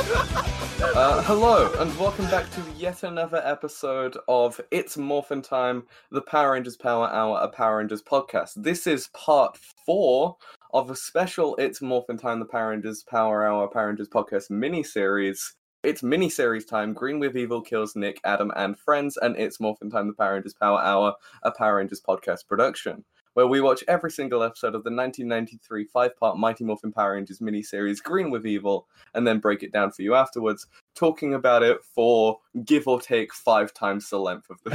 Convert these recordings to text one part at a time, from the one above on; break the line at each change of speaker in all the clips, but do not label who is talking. Uh, hello, and welcome back to yet another episode of It's Morphin Time, the Power Rangers Power Hour, a Power Rangers podcast. This is part four of a special It's Morphin Time, the Power Rangers Power Hour, Power Rangers podcast miniseries. It's miniseries time. Green with Evil kills Nick, Adam, and friends, and It's Morphin Time, the Power Rangers Power Hour, a Power Rangers podcast production. Where we watch every single episode of the 1993 five part Mighty Morphin Power Rangers miniseries Green with Evil and then break it down for you afterwards, talking about it for give or take five times the length of the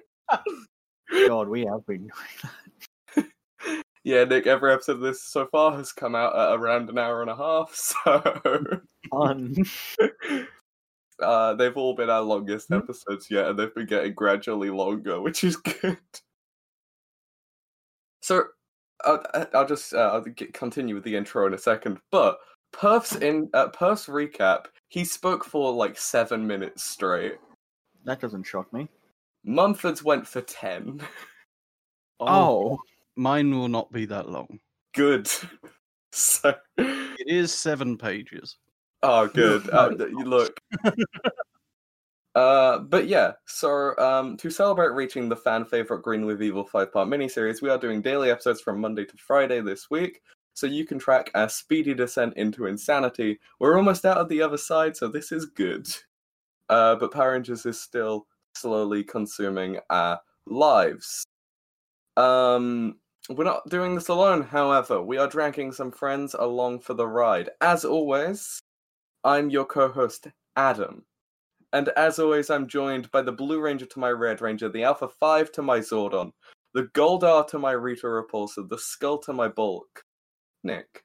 show.
God, we have been.
yeah, Nick, every episode of this so far has come out at around an hour and a half, so
On.
uh, they've all been our longest episodes yet, and they've been getting gradually longer, which is good. So, uh, I- I'll just uh, I'll g- continue with the intro in a second, but Perth's in uh, Perth's recap. He spoke for like seven minutes straight.
That doesn't shock me.
Mumford's went for ten.
Oh, mine will not be that long.
good. So,
It is seven pages.
oh, good. Uh, th- you look. Uh, but yeah, so um, to celebrate reaching the fan favorite Green with Evil five part miniseries, we are doing daily episodes from Monday to Friday this week, so you can track our speedy descent into insanity. We're almost out of the other side, so this is good. Uh, but Power Rangers is still slowly consuming our lives. Um, We're not doing this alone, however. We are dragging some friends along for the ride. As always, I'm your co host, Adam. And as always, I'm joined by the Blue Ranger to my Red Ranger, the Alpha 5 to my Zordon, the Goldar to my Rita Repulsor, the Skull to my Bulk. Nick.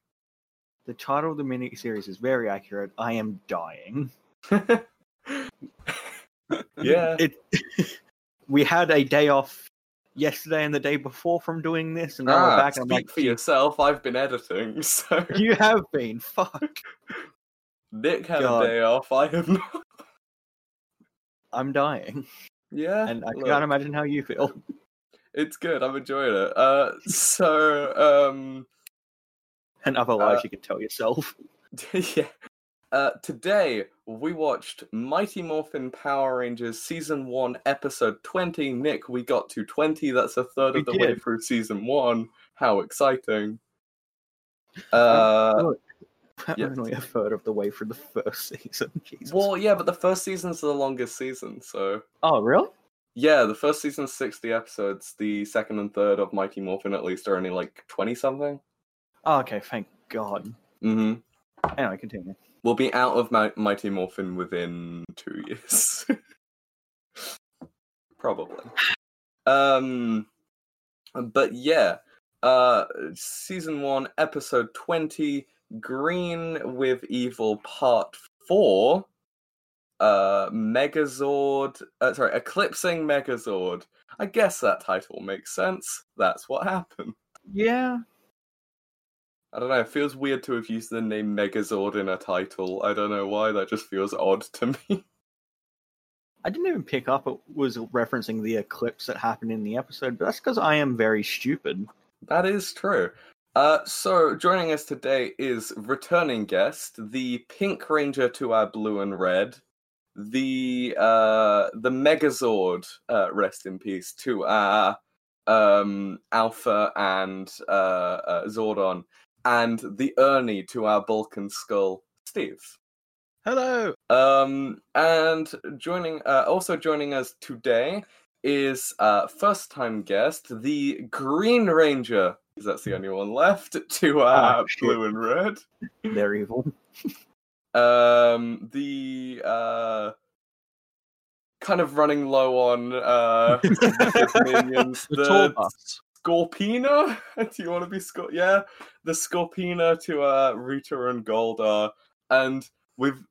The title of the mini series is very accurate. I am dying.
yeah.
It. we had a day off yesterday and the day before from doing this, and now
ah,
we're back. And I'm
speak
like,
for yourself. I've been editing, so
you have been. Fuck.
Nick had
God.
a day off. I have not.
I'm dying,
Yeah,
and I
look.
can't imagine how you feel.
It's good. I'm enjoying it. Uh, so um,
And
Uh,
otherwise, you can tell yourself.
yeah. Uh, today we watched Mighty Morphin Power Rangers season one, episode twenty. Nick, we got to twenty. That's a third
We
of the way
did.
through season one. How exciting! Uh,
look, We're
yeah.
Only a third of the way through the first season. Jesus.
well, yeah, but the first season's the longest season, so
oh, really?
yeah, the first season's sixty episodes. The second and third of Mighty Morphin, at least, are only like twenty something.
Oh, okay, thank God.
Mm-hmm.
Anyway, continue.
We'll be out of Mi- Mighty Morphin within two years. Probably. Um, but yeah, uh, season one, episode 20, Green with Evil, part four. Uh, Megazord, uh, sorry, Eclipsing Megazord. I guess that title makes sense. That's what happened.
Yeah.
I don't know. It feels weird to have used the name Megazord in a title. I don't know why. That just feels odd to me.
I didn't even pick up it was referencing the eclipse that happened in the episode, but that's because I am very stupid.
that is true. Uh, so joining us today is returning guest, the Pink Ranger to our blue and red, the uh, the Megazord, uh, rest in peace, to our um, Alpha and uh, uh, Zordon, and the Ernie to our Balkan Skull, Steve.
Hello.
Um, and joining, uh, also joining us today is uh, first-time guest, the Green Ranger. 'cause That's the only one left to uh,
Ah, shit.
blue and red.
They're evil.
Um, the uh, kind of running low on uh, his minions.
The tour bus.
Scorpina? Do you want to be Scor? Yeah, the Scorpina to uh, Rita and Goldar, and we've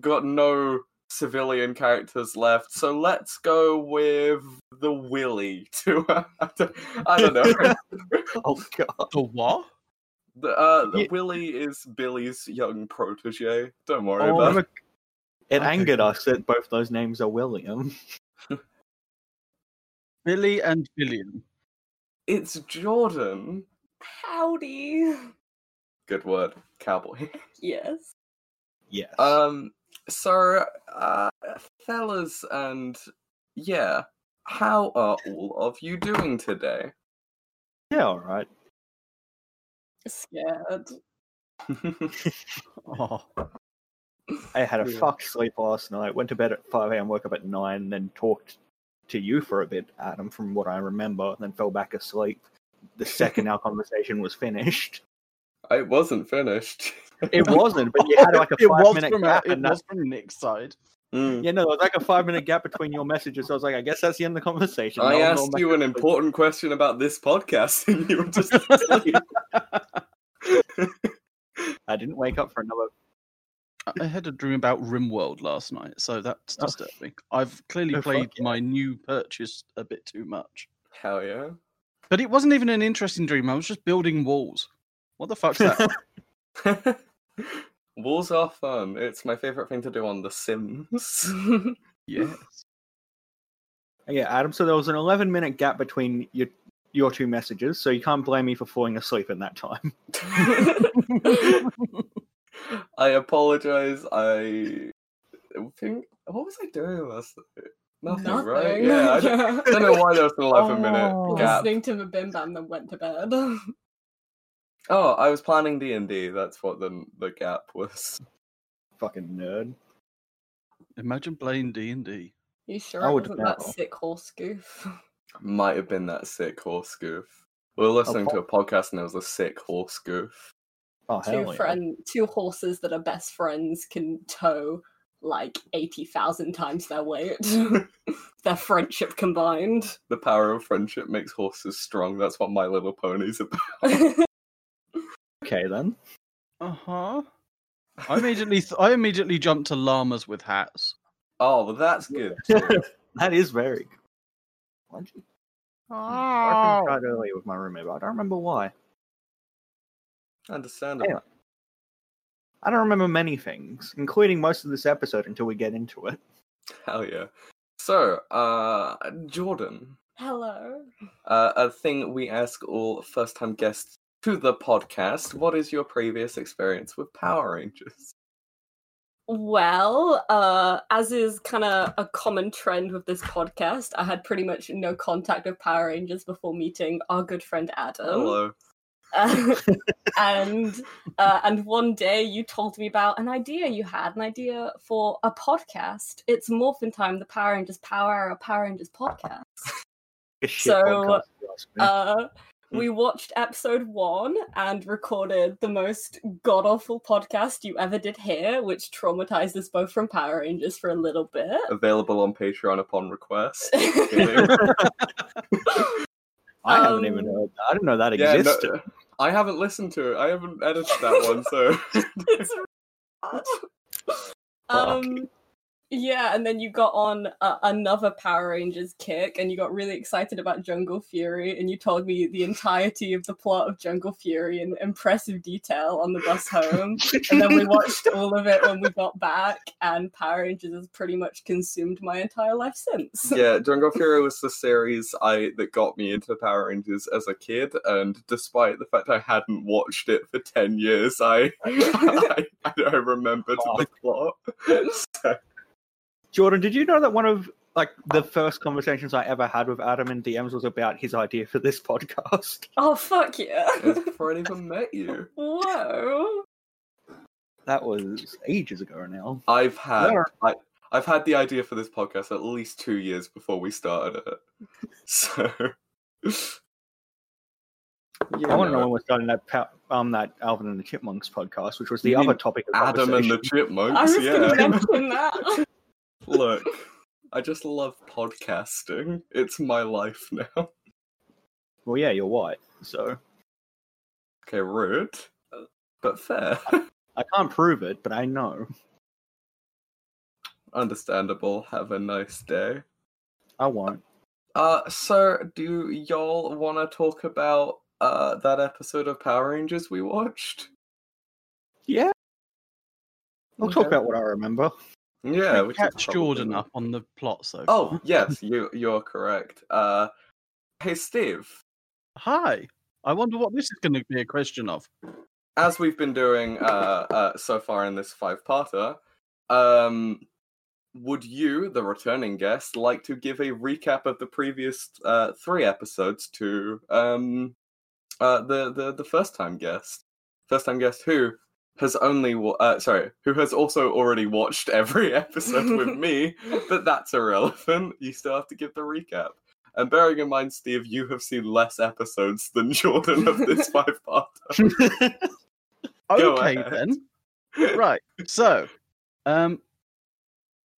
got no civilian characters left. So let's go with the Willy to. Uh, I don't- I don't know.
Oh god.
The what?
the, uh, the
Ye-
Willy is Billy's young protege. Don't worry
Oh,
about it.
It angered us that both those names are William.
Billy and Billion.
It's Jordan.
Howdy.
Good word, cowboy.
Yes.
Yes.
Um, so, uh, fellas, and yeah, how are all of you doing today?
yeah, all right.
Scared.
Oh,
I had a
Yeah.
fucked sleep last night. Went to bed at 5 a.m., woke up at 9, then talked to you for a bit, Adam, from what I remember, and then fell back asleep the second our conversation was finished.
I wasn't finished.
It wasn't, but you had like a
it
five
was
minute
from uh,
gap.
it
And that's,
was from Nick's side.
Mm.
yeah, no, it was like a five minute gap between your messages. I was like, I guess that's the end of the conversation.
I
No one's
asked
gone
you
back
an
to sleep.
important question about this podcast, and you were just.
I didn't wake up for another.
I- I had a dream about RimWorld last night, so that's
Oh.
disturbing. I've clearly
Oh, fuck
played
yeah.
my new purchase a bit too much.
Hell yeah.
But it wasn't even an interesting dream. I was just building walls. What the fuck's that?
Walls are fun. It's my favorite thing to do on The Sims.
yes.
Yeah, Adam, so there was an 11 minute gap between your, your two messages, so you can't blame me for falling asleep in that time.
I apologize. I think what was I doing last night? Nothing, Oh. right? Yeah, I don't, I don't know why there was an eleven minute gap.
Listening to Mabim Bam then went to bed.
Oh, I was planning D and D. That's what the the gap was.
Fucking nerd.
Imagine playing D and D.
you sure
I
it
would
wasn't that
know.
sick horse goof?
Might have been that sick horse goof. We were listening to a podcast and there was a sick horse goof.
Oh, hell
two
yeah.
friend, two horses that are best friends can tow like eighty thousand times their weight. their friendship combined.
The power of friendship makes horses strong. That's what My Little Pony's about.
Okay, then.
Uh huh. I immediately, th- I immediately jumped to llamas with hats.
Oh, well, that's good. too.
That is very good. Why'd you-
Oh.
I think I tried earlier with my roommate, but I don't remember why.
Understandable.
I don't remember many things, including most of this episode until we get into it.
Hell yeah. So, uh, Jordan,
Hello.
uh, a thing we ask all first time guests to the podcast what is your previous experience with Power Rangers?
Well, uh, as is kind of a common trend with this podcast, I had pretty much no contact with Power Rangers before meeting our good friend Adam.
Hello.
Uh, and uh, and one day you told me about an idea you had, an idea for a podcast. It's Morphin Time, the Power Rangers Power Hour Power Rangers podcast.
A shit
So,
podcast, if you ask me.
Uh, we watched episode one and recorded the most god awful podcast you ever did hear, which traumatized us both from Power Rangers for a little bit.
Available on Patreon upon request.
I haven't even
um,
heard that. I didn't know that
Yeah, no-
existed.
I haven't listened to it. I haven't edited that one, so
it's really bad. Um, yeah, and then you got on uh, another Power Rangers kick, and you got really excited about Jungle Fury, and you told me the entirety of the plot of Jungle Fury in impressive detail on the bus home, and then we watched all of it when we got back, and Power Rangers has pretty much consumed my entire life since.
yeah, Jungle Fury was the series I that got me into Power Rangers as a kid, and despite the fact I hadn't watched it for ten years, I I, I, remembered the plot. So-
Jordan, did you know that one of like the first conversations I ever had with Adam in DMs was about his idea for this podcast?
Oh fuck yeah!
It's before I even met you.
Whoa.
That was ages ago now.
I've had
There.
I, I've had the idea for this podcast at least two years before we started it. So yeah,
I want to know
no,
when we're starting that pa- um that Alvin and the Chipmunks podcast, which was the
You
other
mean
topic of
Adam and the
conversation.
I
Chipmunks.
was
Yeah,
gonna mention that.
look, I just love podcasting. It's my life now.
Well, yeah, you're white, so
Okay, rude, but fair.
I can't prove it, but I know.
Understandable. Have a nice day.
I won't.
Uh, so do y'all want to talk about uh that episode of Power Rangers we watched?
Yeah, I'll
Okay.
talk about what I remember.
Yeah,
we
which is
catch
probably-
Jordan up on the plot. So,
Oh yes, you you're correct. Uh, hey Steve,
Hi. I wonder what this is going to be a question of.
as we've been doing uh, uh, so far in this five-parter, um, would you, the returning guest, like to give a recap of the previous uh, three episodes to um, uh, the the the first-time guest, first-time guest who has only wa- uh, sorry, who has also already watched every episode with me, but that's irrelevant. You still have to give the recap. And bearing in mind, Steve, you have seen less episodes than Jordan of this five-parter. Go
okay
ahead.
then. Right. So, um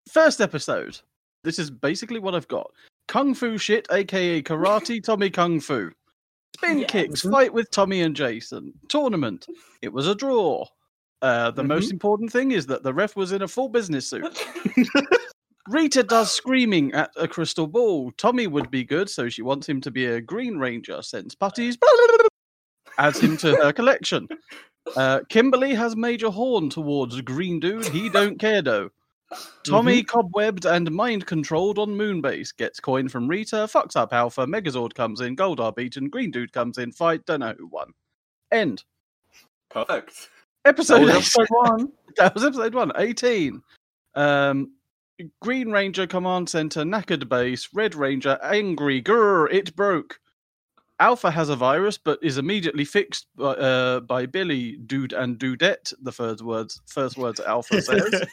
first episode. This is basically what I've got. Kung Fu shit, aka karate Tommy Kung Fu. Spin
Yeah.
kicks,
Mhm.
fight with Tommy and Jason. Tournament. It was a draw. Uh, the most important thing is that the ref was in a full business suit. Rita does screaming at a crystal ball. Tommy would be good, so she wants him to be a Green Ranger, sends putties, adds him to her collection. Uh, Kimberly has major horn towards Green Dude, he don't care though. Tommy cobwebbed and mind controlled on Moonbase, gets coin from Rita, fucks up Alpha, Megazord comes in, Goldar beaten, Green Dude comes in, fight, don't know who won. End.
Perfect.
Episode eight.
That was episode one.
That was episode one, 18. Um, Green Ranger Command Center, Knackered Base, Red Ranger, Angry, Grr, it broke. Alpha has a virus, but is immediately fixed by, uh, by Billy, Dude, and Dudette, the first words, first words Alpha says.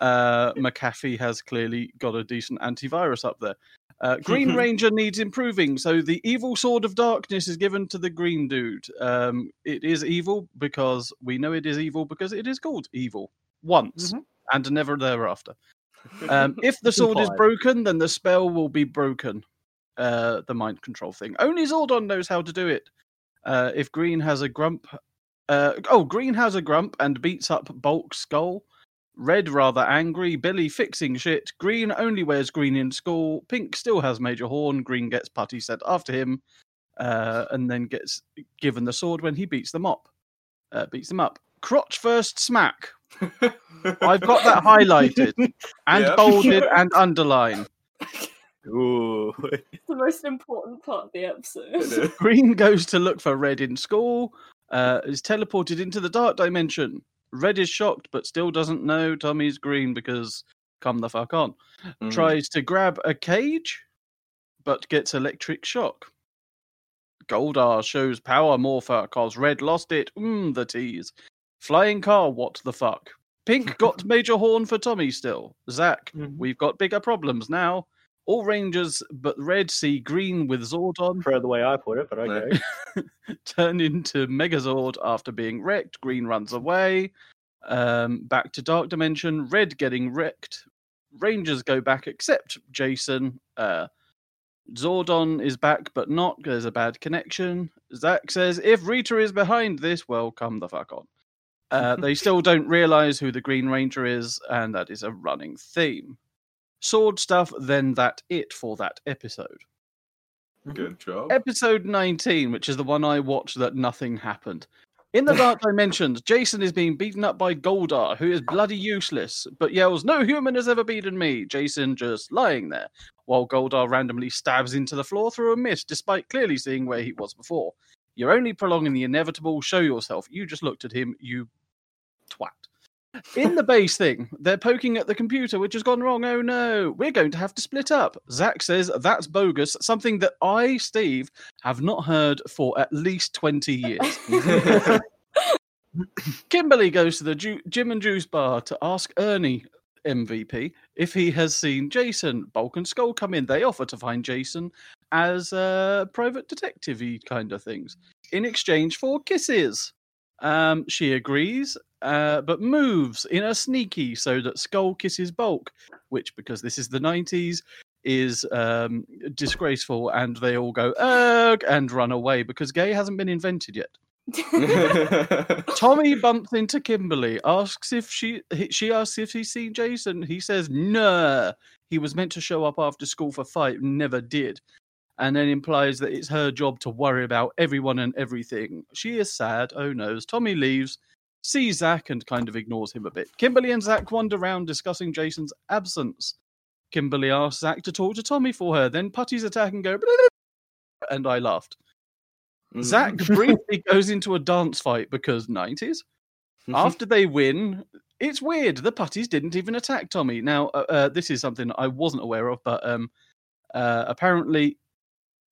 uh, McAfee has clearly got a decent antivirus up there. Uh, Green Ranger needs improving, so the evil sword of darkness is given to the green dude. Um, it is evil because we know it is evil because it is called evil once and never thereafter. Um, if the sword is
Implied.
broken, then the spell will be broken. Uh, the mind control thing. Only Zordon knows how to do it. Uh, if Green has a grump, uh, oh, Green has a grump and beats up Bulk Skull. Red rather angry. Billy fixing shit. Green only wears green in school. Pink still has Major Horn. Green gets putty sent after him, uh, and then gets given the sword when he beats them up. Uh, beats them up. Crotch first smack. I've got that highlighted and
Yeah.
bolded and underlined.
Ooh.
It's the most important part of the episode.
It
Green goes to look for Red in school, uh, is teleported into the dark dimension. Red is shocked but still doesn't know Tommy's green because come the fuck on.
is.
Tries to grab a cage but gets electric shock. Goldar shows power morpher cause Red lost it. Mmm, the tease. Flying car, what the fuck? Pink got Major Horn for Tommy still. Zack We've got bigger problems now. All Rangers but Red see green with Zordon
For the way I put it, but
No.
okay.
turn into Megazord after being wrecked. Green runs away. Um, back to Dark Dimension. Red getting wrecked. Rangers go back except Jason. Uh, Zordon is back but not. There's a bad connection. Zack says, if Rita is behind this, well, come the fuck on. Uh, they still don't realize who the Green Ranger is, and that is a running theme. Sword stuff, then that it for that episode
Good job.
episode 19, which is the one I watched that nothing happened. In the Dark Dimensions, Jason is being beaten up by Goldar, who is bloody useless, but yells, No human has ever beaten me. Jason just lying there, while Goldar randomly stabs into the floor through a mist, despite clearly seeing where he was before. You're only prolonging the inevitable. Show yourself. You just looked at him, you twat. In the base thing, they're poking at the computer, which has gone wrong. Oh no, we're going to have to split up. Zach says that's bogus, something that I, Steve, have not heard for at least 20 years. Kimberly goes to the ju- Jim and Juice bar to ask Ernie, MVP, if he has seen Jason. Bulk and Skull come in. They offer to find Jason as uh, private detective y kind of things in exchange for kisses. Um, she agrees, uh, but moves in a sneaky so that Skull kisses Bulk, which, because this is the 90s, is um, disgraceful, and they all go, erg, and run away because gay hasn't been invented yet. Tommy bumps into Kimberly, asks if she he- she asks if he's seen Jason. He says no. He was meant to show up after school for fight, never did, and then implies that it's her job to worry about everyone and everything. She is sad. Oh no's. Tommy leaves, sees Zach, and kind of ignores him a bit. Kimberly and Zach wander round discussing Jason's absence. Kimberly asks Zach to talk to Tommy for her. Then putties attack and go, and I laughed.
Mm-hmm.
Mm.
Zack briefly goes into a dance fight because 90s. After they win, it's weird. The putties didn't even attack Tommy. Now, uh, uh, this is something I wasn't aware of, but um, uh, apparently,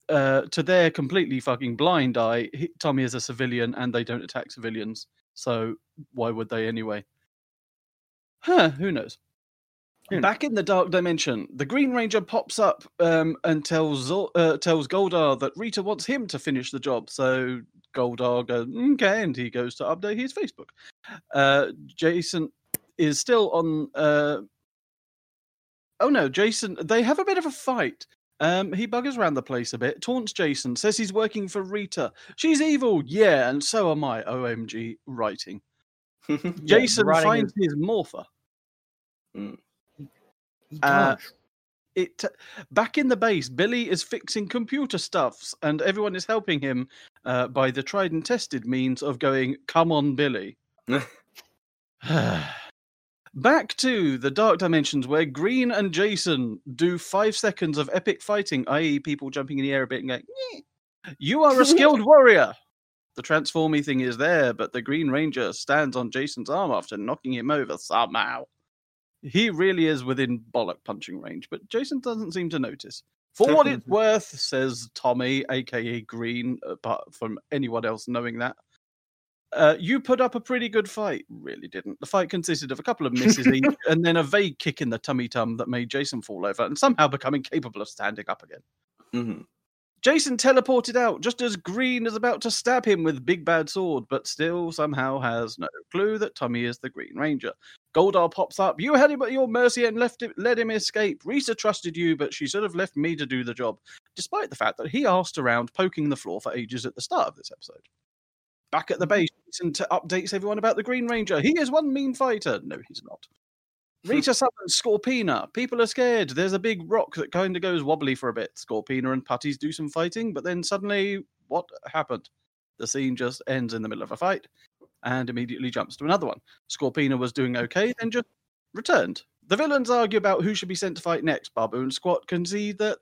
uh, to their completely fucking blind eye, he, Tommy is a civilian and they don't attack civilians. So why would they anyway? Huh, who knows?
Hmm.
Back in the Dark Dimension, the Green Ranger pops up um, and tells Zor- uh, tells Goldar that Rita wants him to finish the job. So Goldar goes, okay, and he goes to update his Facebook. Uh, Jason is still on. Uh... Oh no, Jason. They have a bit of a fight. Um, he buggers around the place a bit, taunts Jason, says he's working for Rita. She's evil, yeah, and so am I. OMG, writing.
Yeah,
Jason
writing
finds his morpher.
is-
uh,
Gosh.
It back in the base. Billy is fixing computer stuffs, and everyone is helping him uh, by the tried and tested means of going, "Come on, Billy." Back to the Dark Dimensions, where Green and Jason do five seconds of epic fighting, i.e., people jumping in the air a bit and going, "Nyeh." You are a skilled warrior. The transformy thing is there, but the Green Ranger stands on Jason's arm after knocking him over somehow. He really is within bollock punching range, but Jason doesn't seem to notice. For what it's worth, says Tommy, aka Green, apart from anyone else knowing that. Uh, you put up a pretty good fight. Really didn't. The fight consisted of a couple of misses each, and then a vague kick in the tummy tum that made Jason fall over and somehow become incapable of standing up again.
Mhm.
Jason teleported out just as Green is about to stab him with Big Bad Sword, but still somehow has no clue that Tommy is the Green Ranger. Goldar pops up. You had him at your mercy and left him, let him escape. Rita trusted you, but she should have left me to do the job, despite the fact that he asked around poking the floor for ages at the start of this episode. Back at the base, Jason t- updates everyone about the Green Ranger. He is one mean fighter. No, he's not. Rita summons Scorpina. People are scared. There's a big rock that kind of goes wobbly for a bit. Scorpina and Putties do some fighting, but then suddenly, what happened? The scene just ends in the middle of a fight and immediately jumps to another one. Scorpina was doing okay, then just returned. The villains argue about who should be sent to fight next. Babu and Squat concede that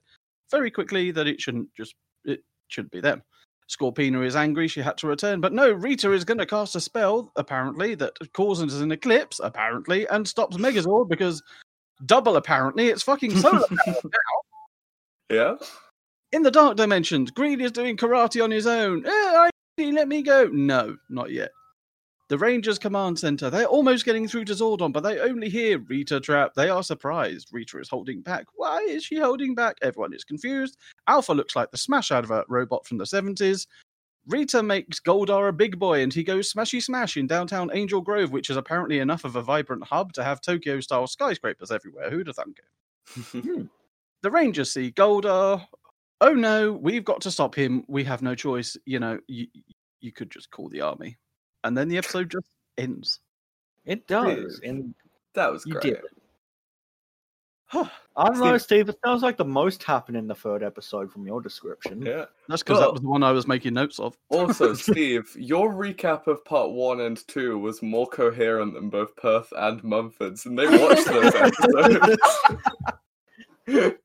very quickly that it shouldn't just it shouldn't be them. Scorpina is angry she had to return, but no, Rita is going to cast a spell, apparently, that causes an eclipse, apparently, and stops Megazord because double apparently, it's fucking solar.
yeah.
In the dark dimensions, Green is doing karate on his own. Eh, I, let me go. No, not yet. The Rangers Command Center, they're almost getting through to Zordon, but they only hear Rita Trap. They are surprised. Rita is holding back. Why is she holding back? Everyone is confused. Alpha looks like the Smash advert robot from the 70s. Rita makes Goldar a big boy and he goes smashy smash in downtown Angel Grove, which is apparently enough of a vibrant hub to have Tokyo style skyscrapers everywhere. Who'd have thunk it? the Rangers see Goldar. Oh no, we've got to stop him. We have no choice. You know, you, you could just call the army. And then the episode just ends.
it does. And
That was
You
great.
did.
Huh,
I don't know, Steve. It sounds like the most happened in the third episode from your description.
Yeah.
That's because that
Well-
was the one I was making notes of.
Also, Steve, your recap of part one and two was more coherent than both Perth and Mumford's, and they watched those episodes.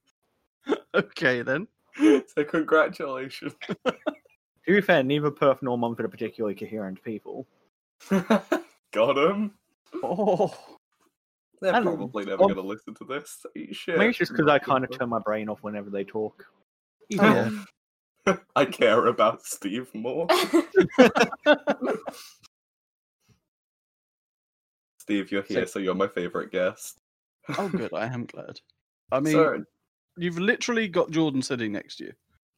okay, then.
so congratulations.
To be fair, neither Perth nor Mumford are particularly coherent people.
Got him.
Oh,
They're
And-
probably never
um,
going to listen to this. so Eat shit.
maybe it's just because I kind of turn my brain off whenever they talk.
Oh, yeah.
I care about Steve more. Steve, you're here, so you're my favorite guest.
Oh, good. I am glad. I mean,
Sorry.
you've literally got Jordan sitting next to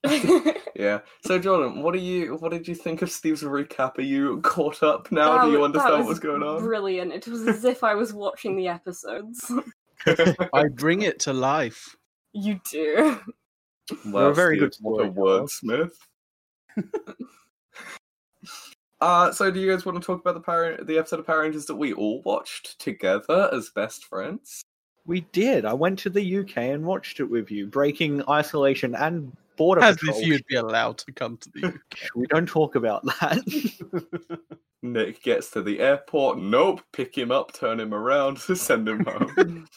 you.
Yeah. So Jordan, what do you what did you think of Steve's recap? Are you caught up now?
That
do you
wa- that
understand
was
what's going on?
Brilliant. It was as if I was watching the episodes.
I bring it to life.
you do.
Wow,
a very
Steve,
good
what a
storyteller.
wordsmith. uh so do you guys want to talk about the Power the episode of Power Rangers that we all watched together as best friends?
We did. I went to the UK and watched it with you, breaking isolation and border
As
patrol.
if you'd be allowed to come to the UK.
We don't talk about that.
Nick gets to the airport, nope, pick him up, turn him around, send him home.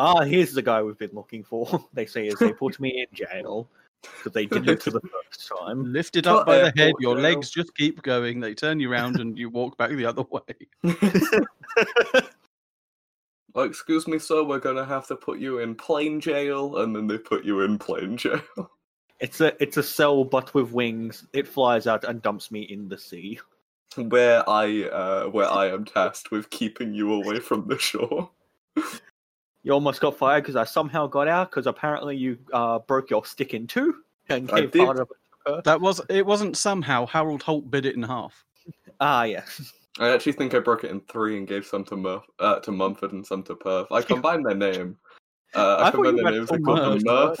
ah, here's the guy we've been looking for. They say as they put me in jail. because they did it for the first time.
Lifted
Not
up by the head,
airport
your
now.
legs just keep going. They turn you round and you walk back the other way.
Oh, excuse me, sir, we're gonna have to put you in plain jail, and then they put you in plain jail.
It's a it's a cell but with wings. It flies out and dumps me in the sea.
where I uh, where I am tasked with keeping you away from the shore.
You almost got fired because I somehow got out because apparently you uh, broke your stick in two and
I
gave
did.
part of it.
That was it wasn't somehow Harold Holt bit it in half.
Ah, yeah.
I actually think I broke it in three and gave some to Murph, uh, to Mumford and some to Perth. I combined their name. Uh, I,
I thought you
combined their
meant
names. I
for
called them
Murph.
Murph.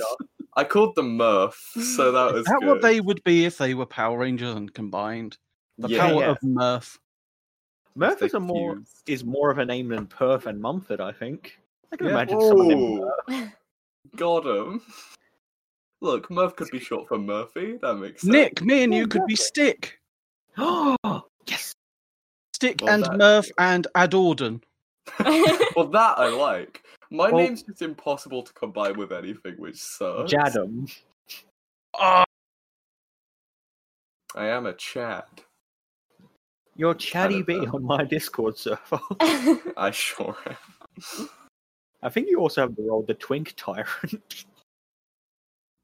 I called them Murph, so that was
Is that what
Oh, good.
they would be if they were Power Rangers and combined? The
Yeah.
power
Yeah.
of Murph.
Murph is
They
a more
fused.
is more of a name than Perth and Mumford. I think. I can
Yeah.
imagine some of them.
Oh, got him. Look, Murph could be short for Murphy. That makes sense.
Nick, me and you could be Stick.
yes.
Stick
Well,
and
that-
Murph and Adorden.
Well, that I like. My
Well-
name's just impossible to combine with anything, which sucks.
Jadam. Oh,
Ah,
I am a Chad.
You're Chatty B
Jadam.
on my Discord server.
I sure am.
I think you also have the role the Twink Tyrant.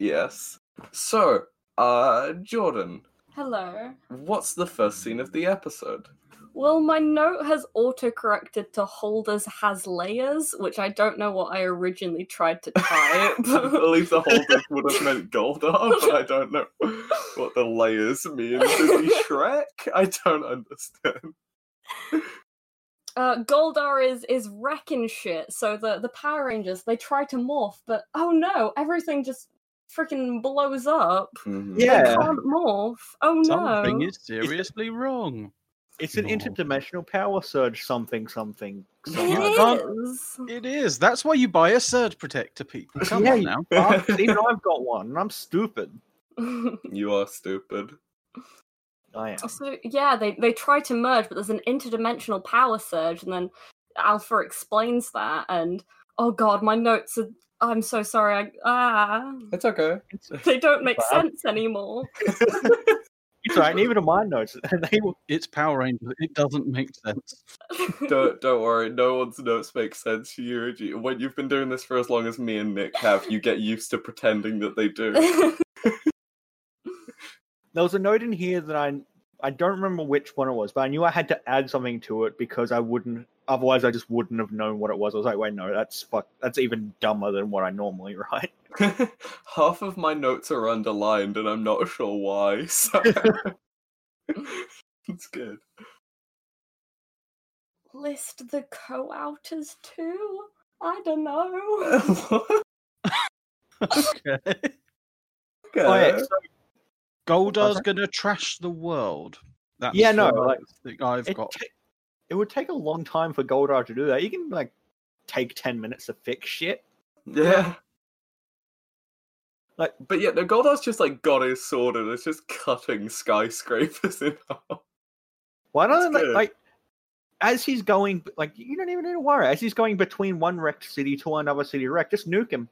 Yes. So, uh, Jordan,
Hello.
what's the first scene of the episode?
Well, my note has autocorrected to Holders has layers, which I don't know what I originally tried to
I
type.
believe the holder would have meant Goldar, but I don't know what the layers mean. Is he Shrek? I don't understand.
uh, Goldar is is wrecking shit. So the the Power Rangers they try to morph, but oh no, everything just freaking blows up.
Mm-hmm.
They
Yeah.
can't morph. Oh
something
no.
is seriously wrong.
It's an
Oh.
interdimensional power surge something something.
Yeah.
It is.
It is. That's why you buy a surge protector, people. Come
Yeah,
on
you-
now.
Fuck, Even I've got one. and I'm stupid.
You are stupid.
I am.
So yeah, they they try to merge, but there's an interdimensional power surge, and then Alpha explains that, and oh god, my notes are. I'm so sorry. I, ah,
It's okay.
they don't make
Wow.
sense anymore.
It's right, and even in my notes, they were
It's Power Rangers. It doesn't make sense.
Don't don't worry. No one's notes make sense. You, you when you've been doing this for as long as me and Nick have, you get used to pretending that they do.
there was a note in here that I I don't remember which one it was, but I knew I had to add something to it because I wouldn't otherwise I just wouldn't have known what it was. I was like, wait, no, that's fuck that's even dumber than what I normally write.
Half of my notes are underlined, and I'm not sure why. So it's good.
List the co-outers too. I don't know.
okay.
Okay.
Oh, yeah, so-
Goldar's gonna trash the world. That's
Yeah, no,
the
like,
thing I've
it,
got.
ta- it would take a long time for Goldar to do that. You can like take ten minutes to fix shit.
yeah.
Like-
but yeah, no, Goldar's just like got his sword and it's just cutting skyscrapers in half.
Why
That's
don't like,
good.
like as he's going like you don't even need to worry. As he's going between one wrecked city to another city wreck, just nuke him.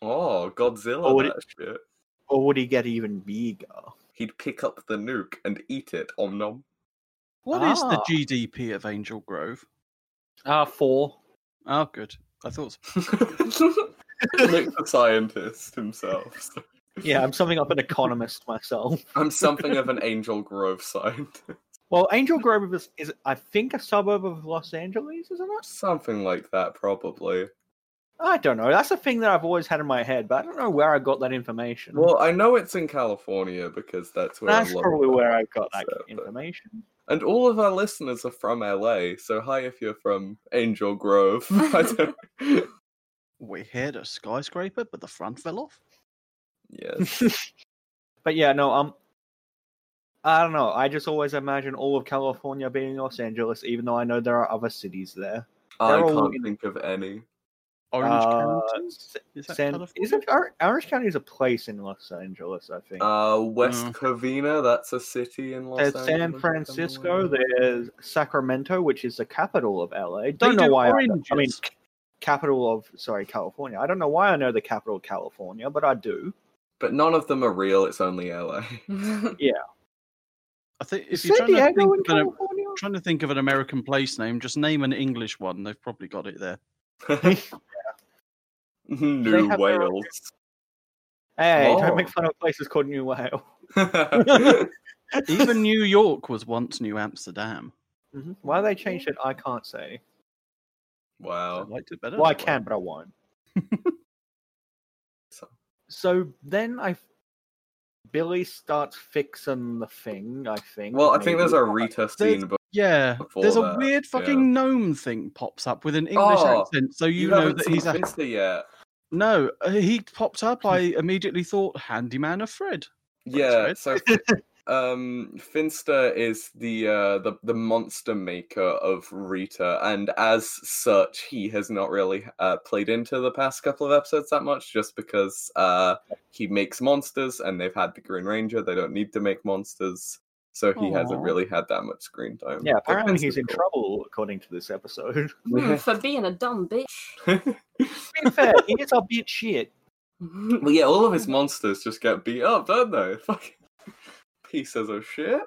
Oh, Godzilla!
Oh, would
that shit.
Or would he get even bigger?
He'd pick up the nuke and eat it. Om nom.
What is
Ah.
the GDP of Angel Grove?
Uh four.
Oh, good. I thought so.
Nick's a scientist himself. so-
Yeah, I'm something of an economist myself.
I'm something of an Angel Grove scientist.
Well, Angel Grove is, is I think a suburb of Los Angeles, isn't it?
Something like that, probably.
I don't know. That's a thing that I've always had in my head, but I don't know where I got that information.
Well, I know it's in California because that's where
that's
a lot
probably
of
where
that
I got
is,
that
uh, but-
information.
And all of our listeners are from LA, so hi if you're from Angel Grove. I don't...
We hit a skyscraper, but the front fell off.
yes.
But yeah, no, um, I don't know. I just always imagine all of California being Los Angeles, even though I know there are other cities there.
I
all
can't
in-
think of any.
Orange
Uh,
County.
S-
Is that
San,
California?
isn't Or- Orange County is a place in Los Angeles? I think.
Uh, West
Mm.
Covina, that's a city in Los
There's
Angeles.
San
I
Francisco.
believe.
There's Sacramento, which is the capital of LA.
They
Don't know
do
why. I, I mean,
oranges.
capital of sorry, California. I don't know why I know the capital of California, but I do.
but none of them are real. It's only LA.
I think if
Is
you're
San
trying to,
Diego in
think of an,
California?
trying to think of an American place name, just name an English one. They've probably got it there.
New
have their own-
Wales.
Hey,
Oh.
don't make fun of places called New Wales.
Even New York was once New Amsterdam.
Mm-hmm. Why they changed it, I can't say.
I
wow.
liked it better.
Well, I
that way.
can, but I won't.
So-
So then I. Billy starts fixing the thing, I think.
Well, I think
maybe.
there's a Rita scene, but
Yeah,
Before
there's a
that,
weird
yeah.
fucking gnome thing pops up with an English
Oh,
accent, so you,
you,
know
haven't
that
seen
he's a
Fister yet.
no. uh, He popped up. I immediately thought handyman of Fred.
Yeah,
right.
so um Finster is the uh the, the monster maker of Rita and as such he has not really uh played into the past couple of episodes that much just because uh he makes monsters and they've had the Green Ranger, they don't need to make monsters. So he hasn't
Aw.
really had that much screen time.
Yeah,
But
apparently he's
Finster's
in
cool.
trouble, according to this episode.
Hmm, for being a dumb bitch.
to be fair, he is a bit shit.
Well, yeah, all of
Mm-hmm.
his monsters just get beat up, don't they? Fucking pieces of shit.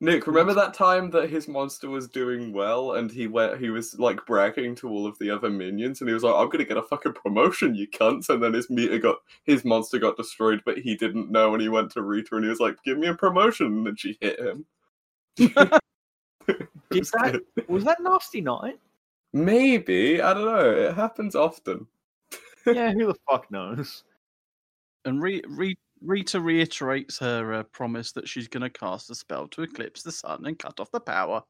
Nick, remember that time that his monster was doing well and he went, he was like bragging to all of the other minions and he was like, "I'm gonna get a fucking promotion, you cunts!" And then his meter got his monster got destroyed, but he didn't know, and he went to Rita and he was like, "Give me a promotion," and then she hit him. It
Did
was
that-
good.
Was that nasty night?
Maybe I don't know. It happens often.
Yeah, who the fuck knows?
And re- re- Rita reiterates her uh, promise that she's going to cast a spell to eclipse the sun and cut off the power.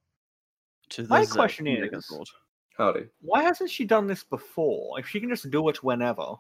To the
My
Zerg
question
Mega
is-
Zord.
Howdy.
Why hasn't she done this before? If she can just do it whenever,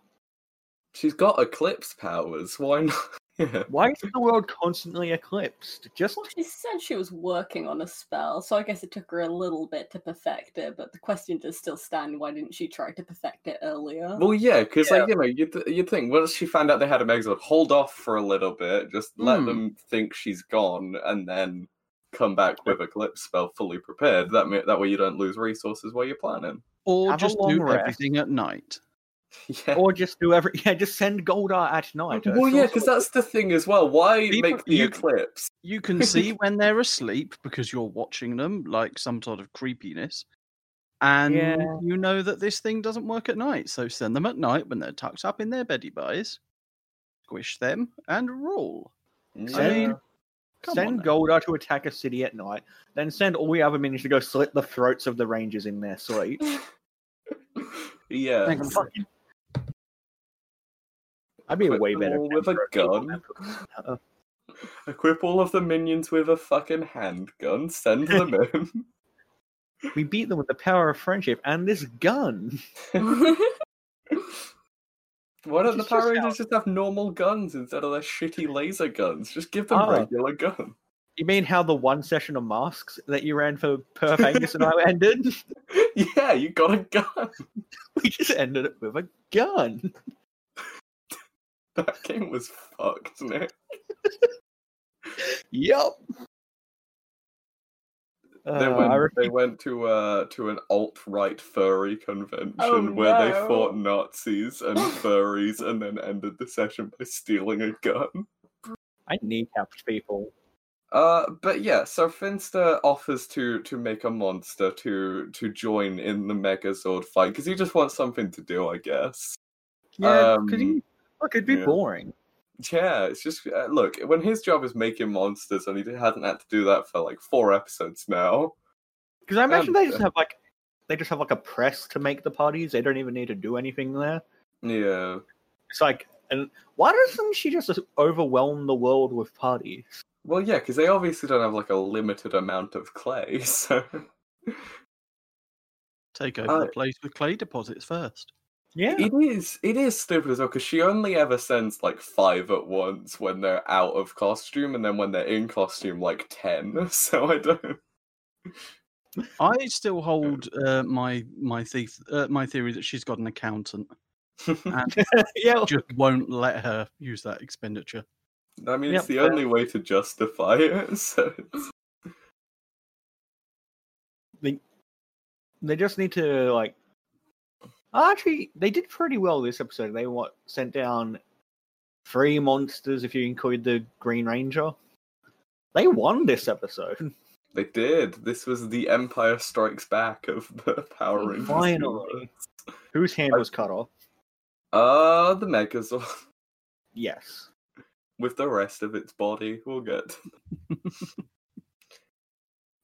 She's got eclipse powers. Why not? Yeah.
why is the world constantly eclipsed? Just
Well, she said she was working on a spell, so I guess it took her a little bit to perfect it. But the question does still stand: Why didn't she try to perfect it earlier?
Well, yeah, because like you know, you'd th- you'd think once she found out they had a Megazord, hold off for a little bit, just let
Hmm.
them think she's gone, and then come back with Eclipse spell fully prepared. That may- that way you don't lose resources while you're planning.
Or
Have a
just
long
do
rest.
everything at night.
Yeah.
or just do every yeah, just send Goldar at night.
well,
It's
yeah,
also-
because that's the thing as well. Why
People-
make the
you-
eclipse?
You can see when they're asleep because you're watching them like some sort of creepiness. And
Yeah.
you know that this thing doesn't work at night. So send them at night when they're tucked up in their beddy buys, squish them, and roll. I
Yeah.
mean, come on
send
now.
Goldar to attack a city at night, then send all the other minions to go slit the throats of the rangers in their sleep.
yeah.
Thank you.
Fucking- I'd be a
Equip
way
them
better
all with a
emperor if I
gun.
were
Equip all of the minions with a fucking handgun. Send them in.
emperor. We beat them with the power of friendship and this gun.
Why don't the
Just
Power
yourself.
Rangers just have normal guns instead of their shitty laser guns? Just give them
Oh.
regular guns.
You mean how the one session of masks that you ran for Perf Angus and I ended?
yeah, you got a gun.
We just ended it with a gun.
That game was fucked, Nick.
Yep.
they
Uh,
went,
I re-
they went to uh to an alt right furry convention
Oh,
where they
no.
fought Nazis and furries, and then ended the session by stealing a gun.
I kneecapped people.
Uh, but yeah, so Finster offers to to make a monster to to join in the Megazord fight because he just wants something to do, I guess.
Yeah,
Um,
could he, look, it'd be
yeah.
boring.
Yeah, it's just uh, look when his job is making monsters, and he d- hasn't had to do that for like four episodes now.
Because I imagine they
Um,
just have like they just have like a press to make the parties. They don't even need to do anything there.
Yeah,
It's like, and why doesn't she just overwhelm the world with parties?
well, yeah, because they obviously don't have like a limited amount of clay, so
Take over
Uh,
the place with clay deposits first.
Yeah,
it is it is stupid as well. Because she only ever sends like five at once when they're out of costume, and then when they're in costume, like ten. So I don't.
I still hold uh, my my thief uh, my theory that she's got an accountant
yeah.
just won't let her use that expenditure.
I mean,
Yep,
it's the
fair.
only way to justify it. So
They just need to like. Actually, they did pretty well this episode. They what sent down three monsters if you include the Green Ranger. They won this episode.
They did. This was the Empire Strikes Back of the Power Rangers.
Finally.
universe.
Whose hand was cut off?
Uh, the Megazord
Yes.
with the rest of its body. We'll get. to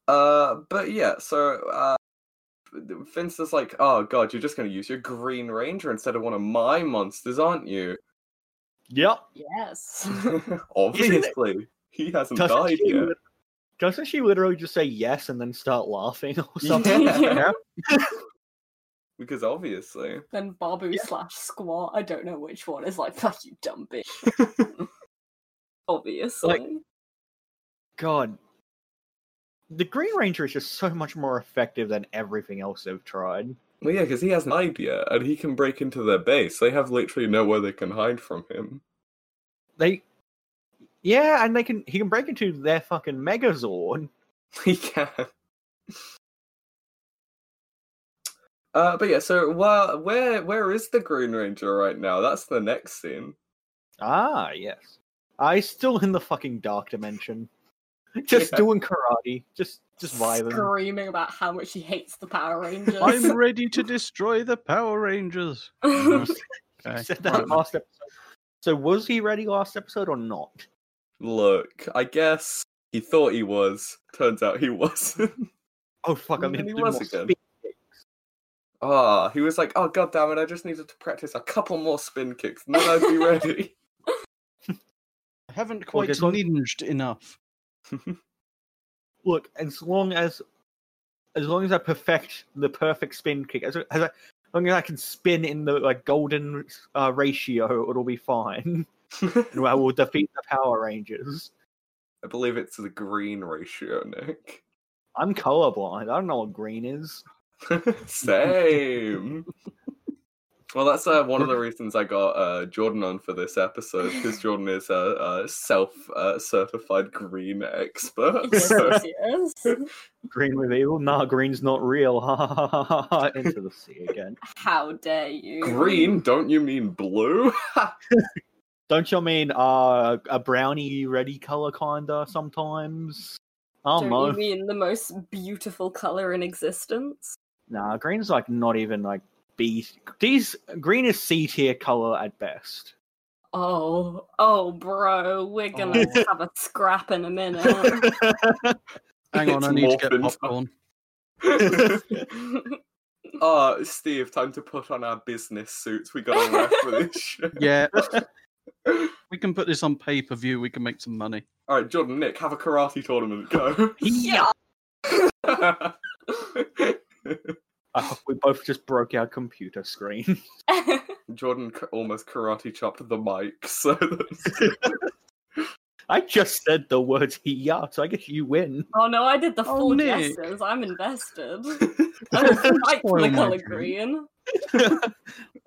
that. uh, but yeah, so uh, Vince is like, "Oh God, you're just gonna use your Green Ranger instead of one of my monsters, aren't you?"
Yep.
Yes.
Obviously, he hasn't died
she,
yet.
lit- doesn't she literally just say yes and then start laughing or something?
Yeah. because obviously.
Then Babu slash Squat. I don't know which one is like, fuck you, dumb bitch. Obviously.
God. The Green Ranger is just so much more effective than everything else they've tried.
Well, yeah, because he has an idea, and he can break into their base. They have literally nowhere they can hide from him.
They Yeah, and they can he can break into their fucking Megazord.
He can. Uh, but yeah, so well, where where is the Green Ranger right now? That's the next scene.
Ah, yes. I still in the fucking dark dimension. Just
Yeah.
doing karate. Just just vibing.
Screaming about how much he hates the Power Rangers.
I'm ready to destroy the Power Rangers. Okay.
Said that
right.
last episode. So was he ready last episode or not?
Look, I guess he thought he was. Turns out he wasn't.
Oh fuck, I'm
And Mm,
gonna
he
do more
was again.
speed.
Ah, he was like, oh god damn it! I just needed to practice a couple more spin kicks, and then I'd be ready.
I haven't quite
so-
linged enough.
look, as long as as long as I perfect the perfect spin kick, as, as, I, as long as I can spin in the like golden uh, ratio, it'll be fine. and I will defeat the Power Rangers.
I believe it's the green ratio, Nick.
I'm colorblind. I don't know what green is.
Same. well, that's uh, one of the reasons I got uh, Jordan on for this episode because Jordan is a, a self-certified green expert.
yes,
So,
yes, yes.
Green with evil? Nah, green's not real. Ha ha ha ha ha. Into the sea again.
How dare you?
green? Don't you mean blue?
Don't you mean uh, a brownie ready color kinda sometimes? I don't
Don't you
know.
mean the most beautiful color in existence?
Nah, green's like not even like B. These green is C tier color at best.
Oh, oh, bro, we're gonna have a scrap in a minute.
Hang on, I
It's
need to get
morphin' time.
popcorn.
Ah, Steve, time to put on our business suits. We got to work for this shit.
Yeah. we can put this on pay per view. We can make some money.
All right, Jordan, Nick, have a karate tournament. Go.
yeah.
Uh, we both just broke our computer screen.
Jordan ca- almost karate chopped the mic, so that's
I just said the words yeah, so I guess you win.
oh no, I did the
Oh,
full
Nick.
gestures. I'm invested. I'm like
Spoil my
the color
drink.
green.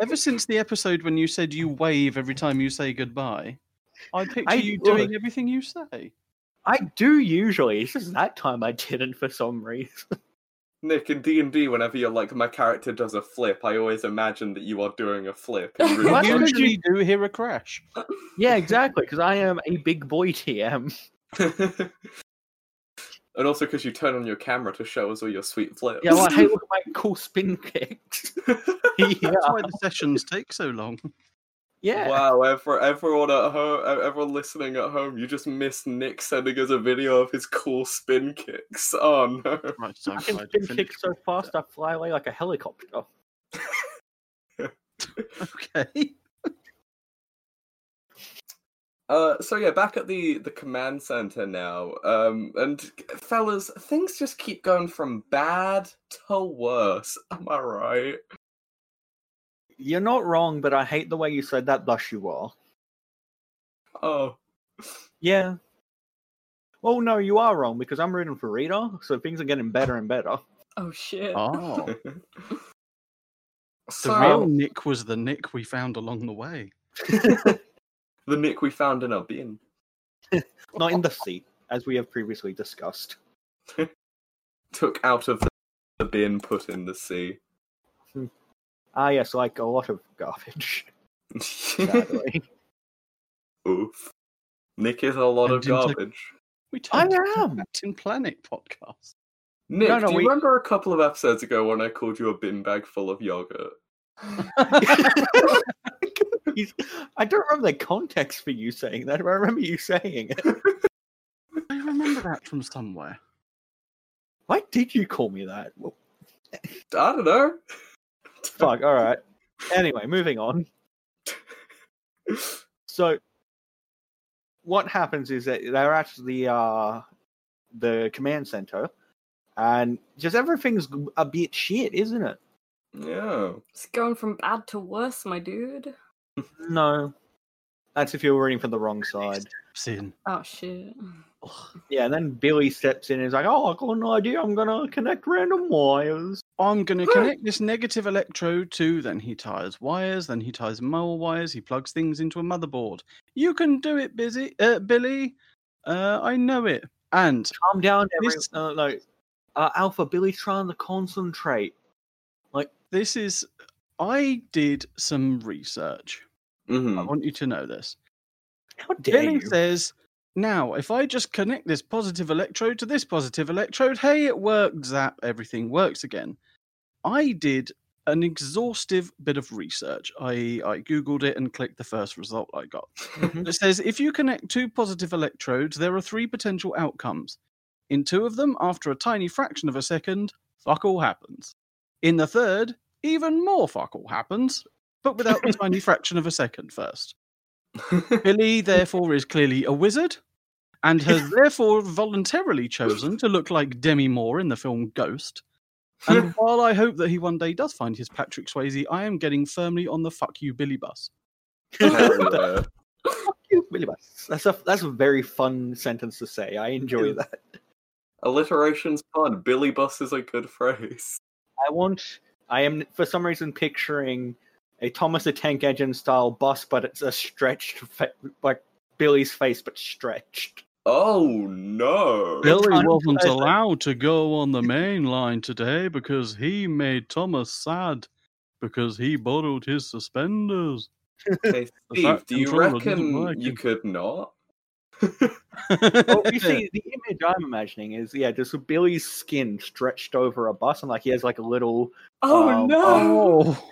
Ever since the episode when you said you wave every time you say goodbye, I picture
I-
you doing everything you say.
I do usually. It's just that time I didn't for some reason.
Nick, in D and D, whenever you're like, my character does a flip, I always imagine that you are doing a flip. in real
You
Why
life.
could
usually do hear a crash.
Yeah, exactly, because I am a big boy TM.
and also because you turn on your camera to show us all your sweet flips.
Yeah, well, hey, look at my cool spin kicks. yeah,
That's why the sessions take so long.
yeah.
Wow, ever, everyone at home, ev- everyone listening at home, you just missed Nick sending us a video of his cool spin kicks. Oh no.
Right, so
I can
glad you
spin kick
finished
so
with
fast I fly away like a helicopter.
that. Okay.
Uh, so yeah, back at the the command center now. Um, and fellas, things just keep going from bad to worse. Am I right?
You're not wrong, but I hate the way you said that. Thus, you are.
Oh,
Yeah. Well, no, you are wrong because I'm rooting for Rita, so things are getting better and better.
Oh shit.
Oh. The
so,
real Nick was the Nick we found along the way.
the Nick we found in our bin.
Not in the seat, as we have previously discussed.
Took out of the bin, put in the sea.
Ah, yes, like a lot of garbage. Sadly.
Oof. Nick is a lot
And
of
didn't I-
garbage.
We turned
I
into
am.
Captain Planet podcast.
Nick,
No, no,
do you
we-
remember a couple of episodes ago when I called you a bin bag full of yogurt?
He's- I don't remember the context for you saying that, but I remember you saying it.
I remember that from somewhere.
Why did you call me that? Well,
I don't know.
fuck, alright. Anyway, moving on. So, what happens is that they're at the uh, the command center, and just everything's a bit shit, isn't it?
yeah.
It's going from bad to worse, my dude.
No, that's if you're reading from the wrong side.
Sin.
Oh shit.
Yeah, and then Billy steps in and is like, "Oh, I got an idea. I'm gonna connect random wires."
I'm going to connect this negative electrode to. Then he ties wires. Then he ties mole wires. He plugs things into a motherboard. You can do it, busy uh, Billy. Uh, I know it. And
Calm down, every-
This-
uh, no, uh, Alpha. Billy's trying to concentrate.
this is. I did some research. I
hmm
want you to know this.
How dare
Billy
you?
says, "Now, if I just connect this positive electrode to this positive electrode, hey, it worked. Zap, everything works again." I did an exhaustive bit of research. I I googled it and clicked the first result I got. It says if you connect two positive electrodes, there are three potential outcomes. In two of them, after a tiny fraction of a second, fuck all happens. In the third, even more fuck all happens, but without the tiny fraction of a second first.
Oh.
Billy, therefore, is clearly a wizard and has therefore voluntarily chosen to look like Demi Moore in the film Ghost. And while I hope that he one day does find his Patrick Swayze, I am getting firmly on the fuck you Billy bus.
Mm-hmm.
Hell yeah.
You Billy Bass. That's a that's a very fun sentence to say. I enjoy that.
Alliteration's fun. Billy bus is a good phrase.
I want. I am for some reason picturing a Thomas the Tank Engine style bus, but it's a stretched fa- like Billy's face, but stretched.
Oh no.
Bill-
Billy
Billy
wasn't
wasn't
allowed to go on the main line today because he made Thomas sad because he borrowed his suspenders.
Okay, Steve,
fact
do you
controller doesn't
reckon
like
you
him.
could not?
Well, you see, the image I'm imagining is yeah, just Billy's skin stretched over a bus, and like he has like a little
Oh
Um,
no.
oh,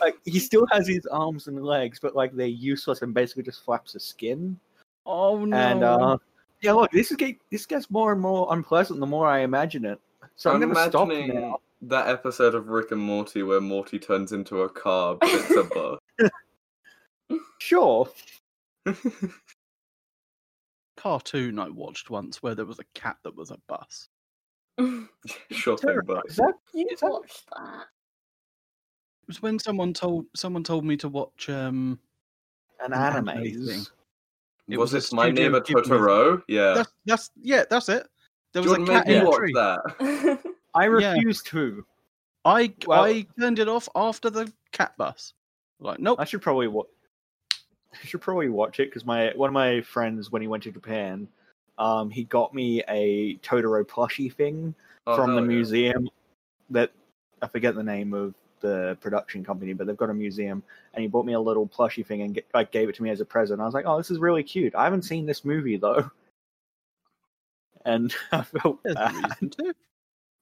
like he still has his arms and legs, but like they're useless and basically just flaps his skin.
oh no.
And uh, yeah, look, this is get, this gets more and more unpleasant the more I imagine it. So I'm,
I'm
gonna stop
imagining
now.
that episode of Rick and Morty where Morty turns into a car, but it's a bus.
Sure.
cartoon I watched once where there was a cat that was a bus.
sure thing, but
Is that
you
Is that-
watched that.
It was when someone told someone told me to watch um
an
An
anime?
anime thing. It was
was, this
a
My
Studio
Neighbor
Ghibli-
Totoro? Yeah.
that's, that's yeah, that's it. There
Do you
was a cat
want to make me
in a
watch
tree.
that?
I
Yeah.
refuse to.
I
Well-
I turned it off after the cat bus. Like nope.
I should probably watch. I should probably watch it because my one of my friends when he went to Japan, um, he got me a Totoro plushie thing
Oh,
from the
hell yeah.
museum that I forget the name of the production company, but they've got a museum, and he bought me a little plushie thing and get, like gave it to me as a present. I was like, "Oh, this is really cute." I haven't seen this movie though, and I felt
There's
bad.
no reason to.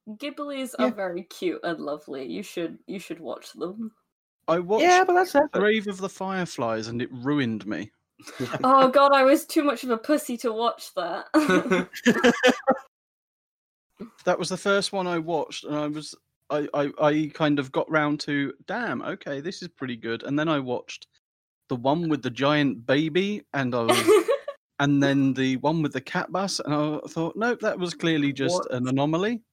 Ghiblies
Yeah.
are very cute and lovely. You should you should watch them.
I watched
Yeah, but that's effort.
Grave of the Fireflies and it ruined me.
oh god, I was too much of a pussy to watch that.
That was the first one I watched, and I was I I, I kind of got round to damn okay, this is pretty good. And then I watched the one with the giant baby, and I was, and then the one with the cat bus, and I thought nope, that was clearly just
What?
an anomaly.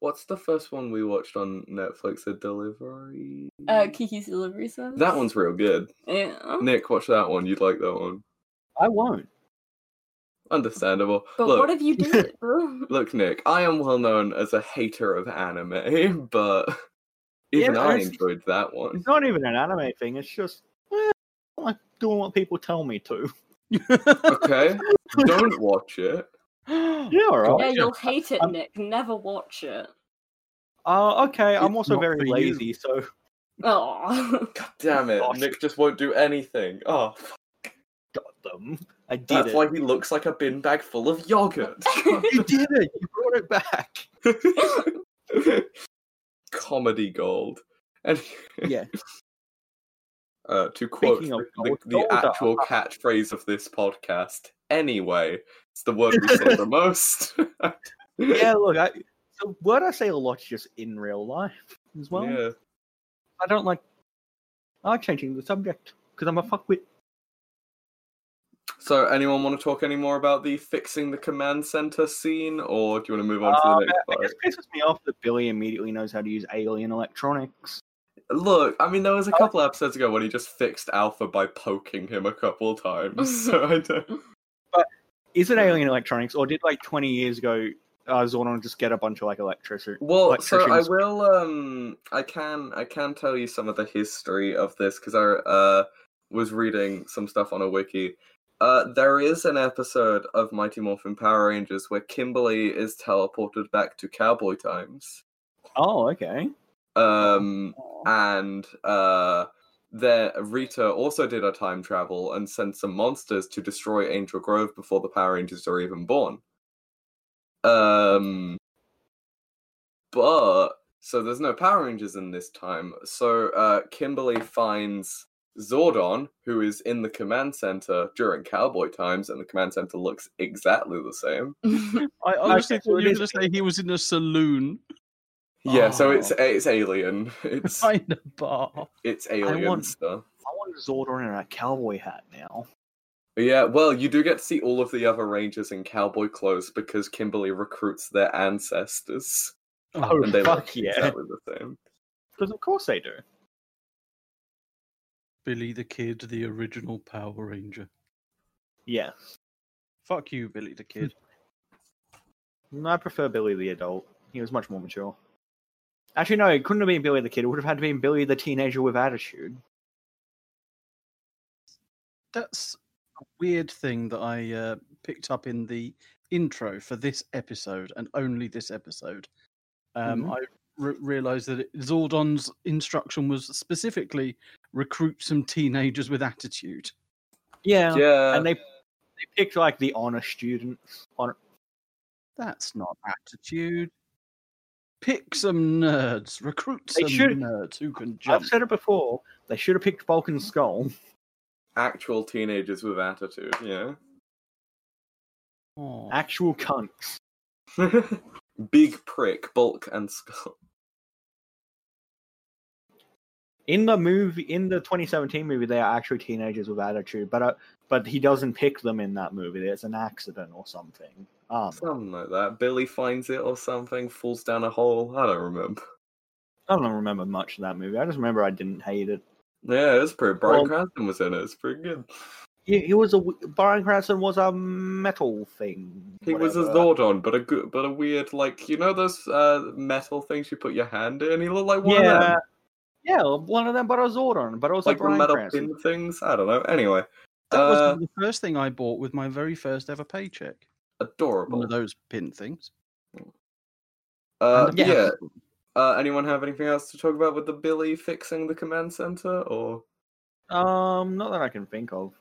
What's the first one we watched on Netflix? A delivery.
uh, Kiki's delivery service.
that one's real good.
yeah.
Nick, watch that one. You'd like that one.
I won't.
Understandable.
But
look,
what if you did it, bro?
look, Nick. I am well known as a hater of anime, but even
but
I
it's-
enjoyed that one.
It's not even an anime thing. It's just eh, I like doing what people tell me to.
Okay, don't watch it.
Hmm.
Yeah, all right.
God.
Yeah,
Gotcha.
you'll hate it,
Um,
Nick. Never watch it.
Uh, okay, I'm
It's
also
not for
very
you.
lazy, so
Oh,
God damn it,
Gosh.
Nick just won't do anything. Oh,
them. I did
That's
it.
why he looks like a bin bag full of yogurt.
you did it. You brought it back.
Comedy gold. And
Yeah.
uh, to quote
Speaking of
the,
gold, uh,
the
gold are-
actual catchphrase of this podcast, anyway, it's the word we say the most.
Yeah. Look, I, the word I say a lot is just in real life as well.
Yeah.
I don't like. I like changing the subject because I'm a fuckwit.
So, anyone want to talk any more about the fixing the command center scene, or do you want to move on to the next
It
part?
just Um, pisses me off that Billy immediately knows how to use alien electronics.
Look, I mean, there was a couple episodes ago when he just fixed Alpha by poking him a couple times. So I don't.
Is it alien electronics, or did like 20 years ago uh, Zordon just get a bunch of like electricity?
Well, so I
Electricians.
will. Um, I can. I can tell you some of the history of this because I uh was reading some stuff on a wiki. Uh, there is an episode of Mighty Morphin Power Rangers where Kimberly is teleported back to cowboy times.
Oh, okay.
Um, and uh, there Rita also did a time travel and sent some monsters to destroy Angel Grove before the Power Rangers are even born. Um, but so there's no Power Rangers in this time. So uh, Kimberly finds Zordon, who is in the command center during Cowboy times, and the command center looks exactly the same.
I honestly
Okay, so
thought
it
you were
is
going to say he was in a saloon
Yeah, so it's
Oh.
it's alien. It's
behind a bar.
it's alien
want-
stuff.
I want Zordon in a cowboy hat now.
Yeah, well, you do get to see all of the other rangers in cowboy clothes because Kimberly recruits their ancestors,
Oh,
and they
fuck
look
yeah.
exactly the same.
Because of course they do.
Billy the Kid, the original Power Ranger.
Yeah.
Fuck you, Billy the Kid.
No, I prefer Billy the adult. He was much more mature. Actually, no, it couldn't have been Billy the kid. It would have had to been Billy the teenager with attitude.
That's a weird thing that I uh, picked up in the intro for this episode and only this episode. Um,
Mhm.
I re- realized that it, Zordon's instruction was specifically recruit some teenagers with attitude.
Yeah.
Yeah,
And they they picked like the honor students. Honor.
That's not attitude. Pick some nerds, recruit
They
some
should-
nerds who can jump.
I've said it before. They should have picked Vulcan Skull.
actual teenagers with attitude. Yeah,
Aw.
Actual cunts.
big prick, bulk, and skull.
In the movie, in the 2017 movie, they are actually teenagers with attitude, but uh, but he doesn't pick them in that movie. It's an accident or something. Um,
Something like that. Billy finds it or something, falls down a hole. I don't remember.
I don't remember much of that movie. I just remember I didn't hate it.
Yeah, it's pretty. Brian
Well-
Cranston was in it. It's pretty good.
He, he was a w- Brian Cranston was a metal thing.
He was a
whatever.
Zordon, but a good, but a weird like you know those uh, metal things you put your hand in. He looked like one of them.
Yeah, yeah, one of them, but a Zordon, but also
like the
Bryan
metal
Cranston.
pin things. I don't know. Anyway,
That
uh,
was the first thing I bought with my very first ever paycheck. One
adorable.
of those pin things.
Uh,
And a
yeah.
pin.
Uh, anyone have anything else to talk about with the Billy fixing the command center, or
Um, not that I can think of.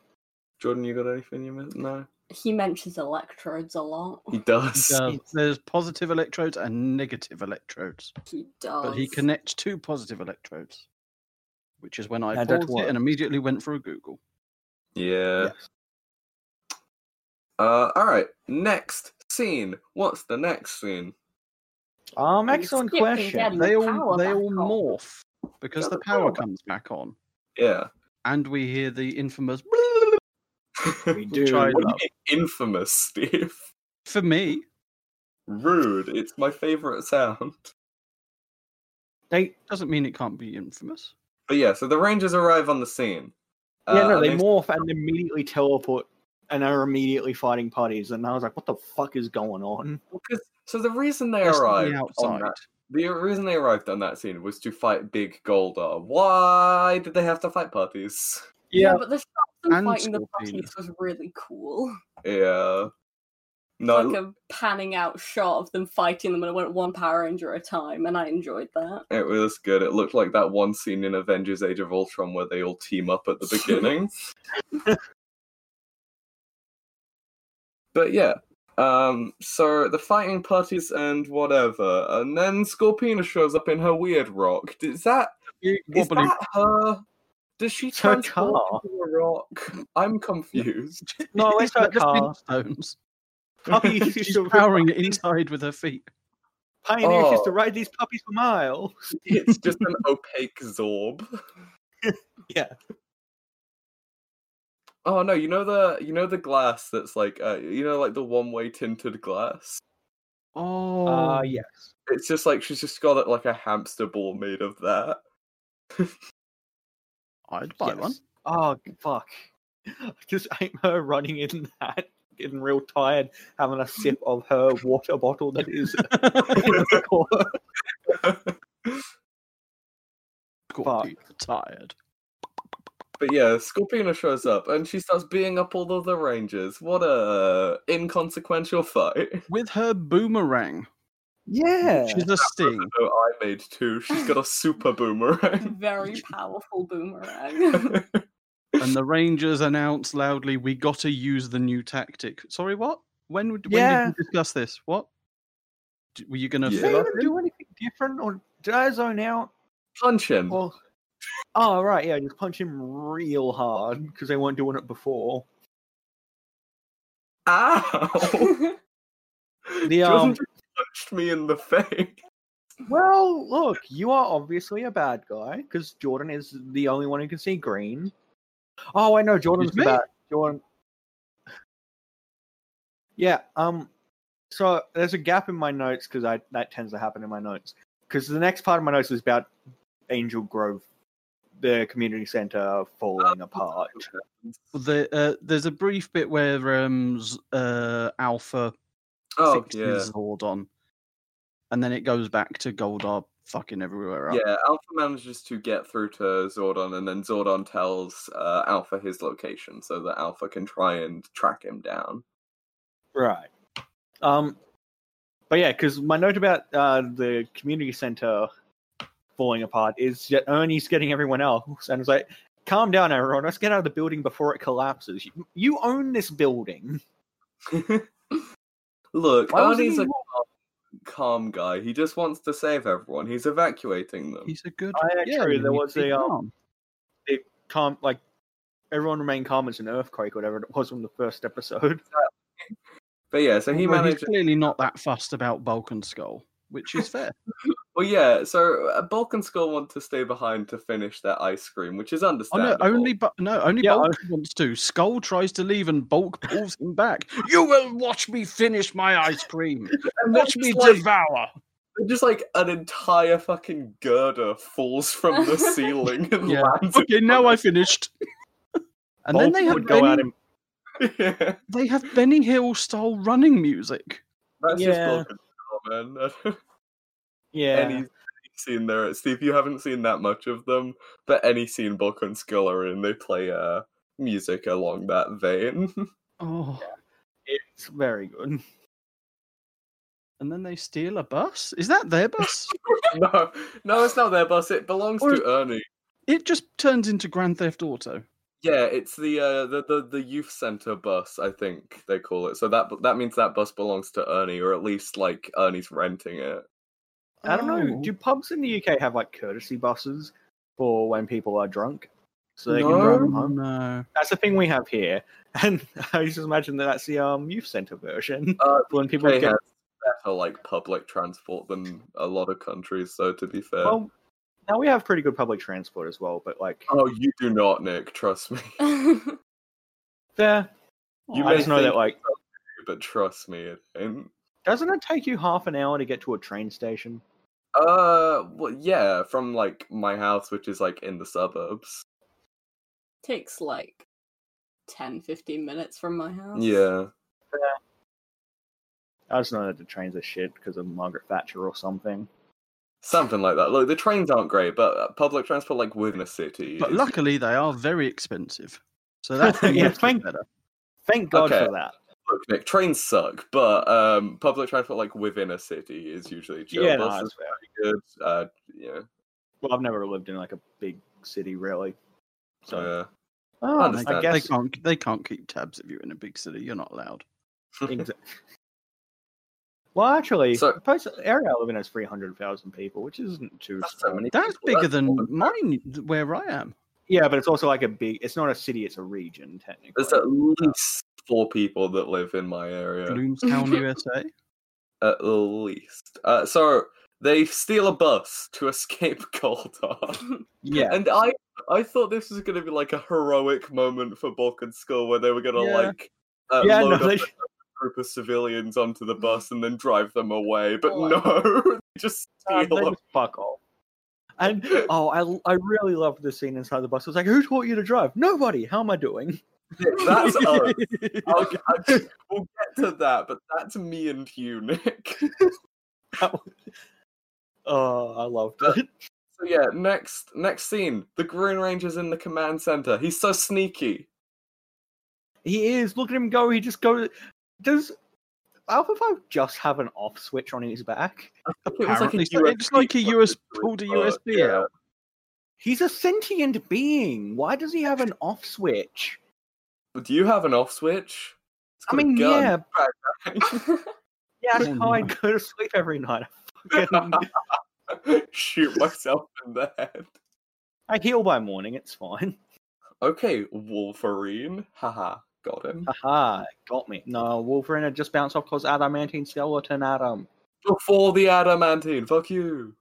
Jordan? You got anything you missed? No,
he mentions electrodes a lot.
he does.
Uh, there's positive electrodes and negative electrodes,
He does.
but he connects two positive electrodes, which is when I
Yeah, that
paused it and
works.
immediately went through Google.
Yeah.
Yes.
Uh, all right. Next scene. What's the next scene?
Um,
You
excellent
skipped and
question.
didn't. And the
They all
power
they
back
all
on.
morph because
Yeah,
the
the power
power
back.
comes back on,
Yeah.
and we hear the infamous. I
What
We do.
do you
love.
mean infamous, Steve?
For me,
Rude. It's my favorite sound.
They
doesn't mean it can't be infamous.
But yeah, so the Rangers arrive on the scene.
yeah,
Uh,
no,
and
they morph and immediately teleport and are immediately fighting parties. And I was like, what the fuck is going on?
Because so the reason they
Just on
arrived
the
on
outside.
that, the reason they arrived on that scene was to fight Big Goldar. Why did they have to fight parties?
Yeah, but the shot of them
And
fighting the
Scorpion.
parties was really cool.
Yeah. No,
like um, a panning out shot of them fighting them, and it went one Power Ranger at a time, and I enjoyed that.
it was good. It looked like that one scene in Avengers: Age of Ultron where they all team up at the beginning. But yeah, um, so the fighting parties and whatever, and then Scorpina shows up in her weird rock. Is that
Big
is
wobbly-
that her? Does she
It's her
transform
car.
into a rock? I'm confused.
No, it's
It's
her
got the fin
car.
stones.
Puppies used
She's
to
powering it inside with her feet.
Pioneers used to
Oh.
ride these puppies for miles.
It's just an opaque zorb.
Yeah.
Oh no, you know the you know the glass that's like uh, you know like the one way tinted glass.
Oh,
Uh, yes.
It's just like she's just got it like a hamster ball made of that.
I'd buy
yes.
one.
Oh g- fuck! I just ain't her running in that, getting real tired, having a sip of her water bottle that is in the corner.
Scorpio, tired.
But yeah, Scorpina shows up and she starts beating up all of the rangers. What a inconsequential fight.
With her boomerang,
Yeah.
which is a sting.
Oh, I made two. She's got a super boomerang.
Very powerful boomerang.
and the Rangers announce loudly, "We gotta use the new tactic." Sorry, what? When would when
Yeah.
did we discuss this? What D- were you gonna?
Yeah.
Did
Did
they
I
even do anything different, or did I zone out?
Punch him.
Or oh right, yeah, just punch him real hard because they weren't doing it before.
Ow!
The,
Jordan
um,
just punched me in the face.
Well, look, you are obviously a bad guy because Jordan is the only one who can see green. Oh, I know Jordan's
Excuse
the
me?
bad. Jordan. Yeah. Um. So there's a gap in my notes because I that tends to happen in my notes because the next part of my notes was about Angel Grove, the community center
Oh,
falling apart.
The, uh, there's a brief bit where um, Z- uh, Alpha
Oh
fixes
yeah,
Zordon, and then it goes back to Goldar fucking everywhere. else.
yeah. Alpha manages to get through to Zordon, and then Zordon tells uh, Alpha his location so that Alpha can try and track him down.
Right. Um, but yeah, because my note about uh, the community center falling apart is that Ernie's getting everyone else, and it's like, calm down, everyone. Let's get out of the building before it collapses. You, you own this building.
Look,
Why wasn't
Ernie's
he
a calm guy. He just wants to save everyone. He's evacuating them.
he's a good.
Oh, yeah, true,
you
there
need
was
to be
a, um,
calm.
Calm, like everyone remain calm as an earthquake, whatever it was from the first episode.
But yeah, so he
Although
manages.
He's clearly not that fussed about Bulk and Skull, which is fair.
Well, yeah. So uh, Bulk and Skull want to stay behind to finish their ice cream, which is
Oh no,
understandable.
only but no, only
Yeah,
Bulk wants to. Skull tries to leave and Bulk pulls him back. You will watch me finish my ice cream.
And then
Watch me
just, like,
devour.
just like an entire fucking girder falls from the ceiling and
Yeah.
lands. in
Okay, now I finished. And then
Bulk
they have
would go
Benny,
at him.
yeah,
they have Benny Hill style running music.
that's
Yeah.
just fucking cool, man.
Yeah.
any scene there, Steve, you haven't seen that much of them, but any scene Bulk and Skull are in, they play uh, music along that vein.
Oh,
It's very good.
and then they steal a bus. Is that their bus?
no, no, it's not their bus. It belongs
Or-
to Ernie.
it just turns into Grand Theft Auto.
Yeah, it's the, uh, the the the youth center bus, I think they call it. So that that means that bus belongs to Ernie, or at least like Ernie's renting it.
I don't know.
Oh.
Do pubs in the UK have like courtesy buses for when people are drunk, so they can
No.
drive them home?
no.
That's the thing we have here, and I just imagine that that's the um, youth center version
Uh,
when people
They
get
have better like public transport than a lot of countries. So to be fair,
well. Now we have pretty good public transport as well, but like
oh, you do not, Nick. Trust me.
there,
You
I
may
just know that
think-
like
but trust me, it ain't.
doesn't it take you half an hour to get to a train station?
Uh, well, yeah, from like my house, which is like in the suburbs.
Takes like 10, 15 minutes from my house.
Yeah,
I just know that the trains are shit because of Margaret Thatcher or something.
something like that. Look, the trains aren't great, but uh, public transport, like within a city,
But
is-
luckily they are very expensive. So that's
Yeah,
yeah,
thank-
better.
Thank God
Okay.
for that.
look, Nick, trains suck, but um, public transport, like within a city, is usually chill.
yeah, no,
Bus
that's
is
fair.
pretty good. Uh, yeah,
Well, I've never lived in like a big city really, so
so yeah.
Oh,
understand.
I
They
They
guess
can't they can't keep tabs of you in a big city. You're not allowed.
Exa- well, actually,
So-
post- area I live in has three hundred thousand people, which isn't too.
That's so
small.
many
That's
people,
bigger than
more
mine, where I am.
Yeah, but it's also like a big. It's not a city; it's a region technically.
There's at least four people that live in my area.
Bloomstown, USA.
At least. Uh, so they steal a bus to escape Goldar.
yeah,
And I I thought this was gonna be like a heroic moment for Bulk and Skull where they were gonna
Yeah.
like uh,
yeah.
load
No,
up
they,
a group of civilians onto the bus and then drive them away. But
Oh, I-
no, they just
uh,
steal
they
them.
just fuck off. And oh, I I really loved the scene inside the bus. It was like, "Who taught you to drive? Nobody. How am I doing?"
That's us. I'll get- I'll- we'll get to that, but that's me and you, Nick.
oh, I loved it.
So yeah, next next scene. The Green Ranger's in the command center. He's so sneaky.
He is. Look at him go. He just goes. Does Alpha Five just have an off switch on his back?
It was like a
Apparently so. It's like a
plug
US
into
pulled a
his butt,
USB
Uh, yeah.
out.
He's a sentient being. Why does he have an off switch?
Do you have an off switch? It's
I
got a
mean,
gun.
yeah, yeah. That's
Oh,
how I
no.
go to sleep every night. I fucking-
Shoot myself in the head.
I heal by morning. It's fine.
Okay, Wolverine. Haha, got him.
Aha, got me. No, Wolverine had just bounced off because adamantine skeleton Adam.
Before the adamantine. Fuck you.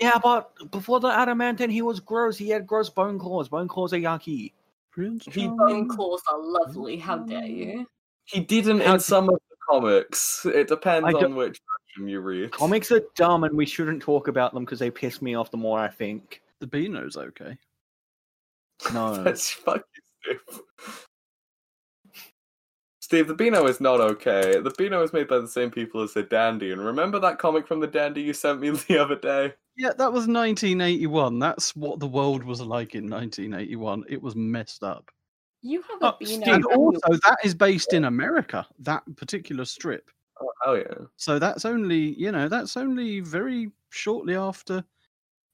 Yeah, but before the adamantine, he was gross. He had gross bone claws. Bone claws are yucky.
Prince
He
Bone
Charming.
claws are lovely. How dare you?
He didn't
How
in
d-
some of the comics. It depends
I don't-
on which version you read.
Comics are dumb, and we shouldn't talk about them because they piss me off. The more I think,
The Beano's okay.
no.
That's fucking Steve. Steve, the Beano is not okay. The Beano is made by the same people as the Dandy. And remember that comic from the Dandy you sent me the other day?
Yeah, that was 1981. That's what the world was like in 1981. It was messed up.
You have
Oh,
a beano.
Steve,
on
And
your-
also, that is based in America, that particular strip.
Oh, hell yeah.
So that's only, you know, that's only very shortly after,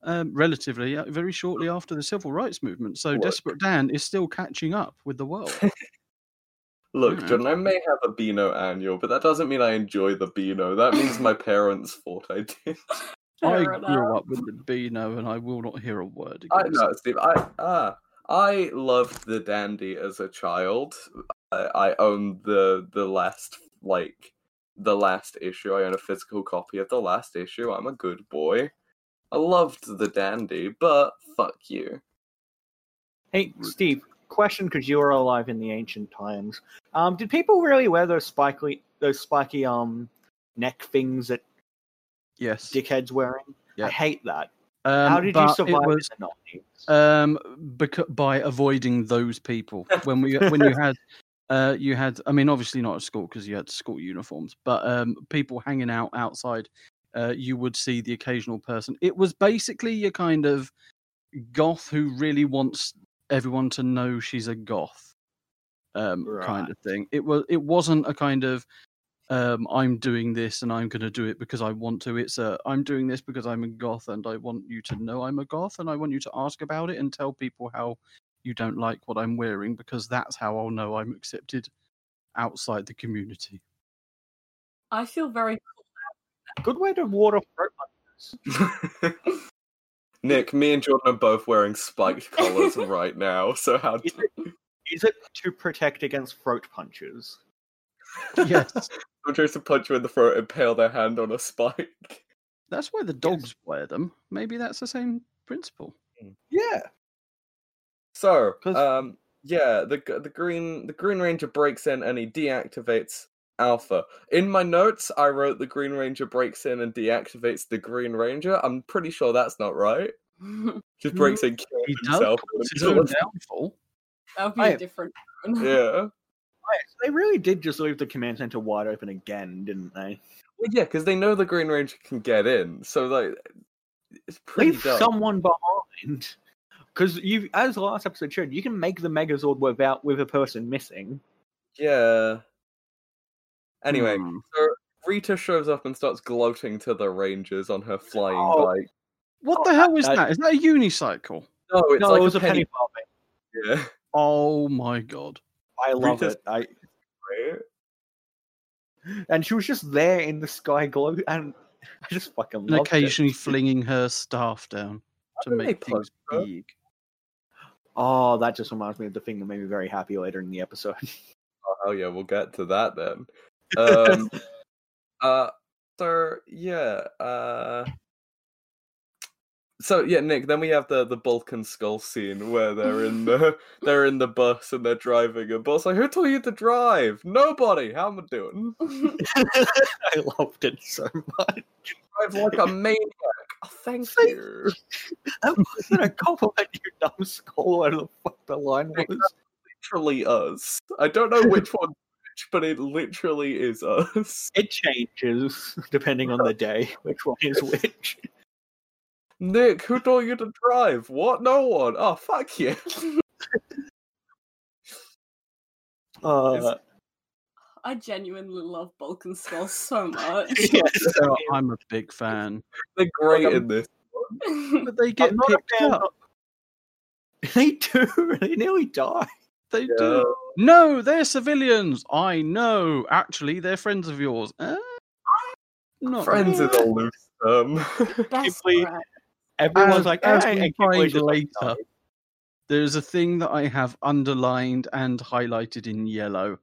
um, relatively, uh, very shortly after the civil rights movement. So
Look.
Desperate Dan is still catching up with the world.
Look,
Mhm.
Jordan, I may have a Beano annual, but that doesn't mean I enjoy the Beano. That means my parents thought I did.
I
Fair
grew
enough.
up with the Beano and I will not hear a word
I
against
know, Steve. I ah, I loved the Dandy as a child. I, I own the the last like the last issue. I own a physical copy of the last issue. I'm a good boy. I loved the Dandy, but fuck you.
Hey, Steve, question because you were alive in the ancient times. Um, did people really wear those spiky, those spiky um neck things that
Yes.
dickheads wearing?
Yeah.
I hate that.
Um,
How did
but
you
it
survive
was-
in the nineties?
um becau- by avoiding those people when we when you had uh you had i mean obviously not at school because you had school uniforms but um people hanging out outside uh you would see the occasional person it was basically your kind of goth who really wants everyone to know she's a goth um kind of thing it was it wasn't a kind of um i'm doing this and i'm going to do it because i want to it's a i'm doing this because i'm a goth and i want you to know i'm a goth and i want you to ask about it and tell people how you don't like what i'm wearing because that's how i'll know i'm accepted outside the community
I feel very.
Good way to ward off rope
Nick, me and Jordan are both wearing spiked collars right now. So how?
Is it, is it to protect against throat punches?
yes
Someone tries to punch you in the throat, impale their hand on a spike.
that's why the dogs wear them maybe that's the same principle
Yeah.
So,
'Cause-
um, yeah, the g- the green the Green Ranger breaks in and he deactivates Alpha. In my notes, I wrote the Green Ranger breaks in and deactivates the Green Ranger. I'm pretty sure that's not right.
that
Just breaks in, kills
he does
himself.
cause his
in the
own
middle of-
downfall
would be
I-
a different.
Yeah.
Right, so they really did just leave the command center wide open again, didn't they?
Well, yeah, because they know the Green Ranger can get in, so like it's pretty
Leave
dumb.
someone behind. Because you, as last episode showed, you can make the Megazord without with a person missing.
Yeah. Anyway,
Hmm.
Rita shows up and starts gloating to the Rangers on her flying
Oh,
bike.
what
Oh,
the hell is
I-
that is that a unicycle
No, it's
no,
like
Oh, it was
a,
a penny,
penny. Yeah.
oh my god
farthing. I love
Rita's-
it. I
Right?
and she was just there in the sky glow, and I just fucking
and
loved
occasionally
it.
flinging her staff down to
don't they
make things
plug her?
big.
Oh, that just reminds me of the thing that made me very happy later in the episode.
Oh hell yeah, we'll get to that then. Um, uh, so yeah, uh, so yeah, Nick. Then we have the the Balkan skull scene where they're in the they're in the bus and they're driving a bus. Like, who told you to drive? Nobody. How am I doing?
I loved it so much.
Drive like a maniac. Oh, thank
Thank
you.
Oh, That wasn't a compliment, you dumb skull. Whatever the fuck the line was.
Literally us. I don't know which one, which, but it literally is us.
It changes depending on the day, which one is which.
Nick, who told you to drive? What? No one. Oh, fuck you.
Uh,
I genuinely love Balkan Skull so much.
So I'm a big fan.
They're great
Like,
in this.
But they get
I'm not a
picked
fan
up.
they do. They nearly die.
They do. No, they're civilians. I know. Actually, they're friends of yours. Eh? Not
Friends is
really.
a loose term.
Best
Simply-
friend.
Everyone's
As-
like,
as
"Eh,"
we
and
find
Kimberly's just like,
later. There's a thing that I have underlined and highlighted in yellow,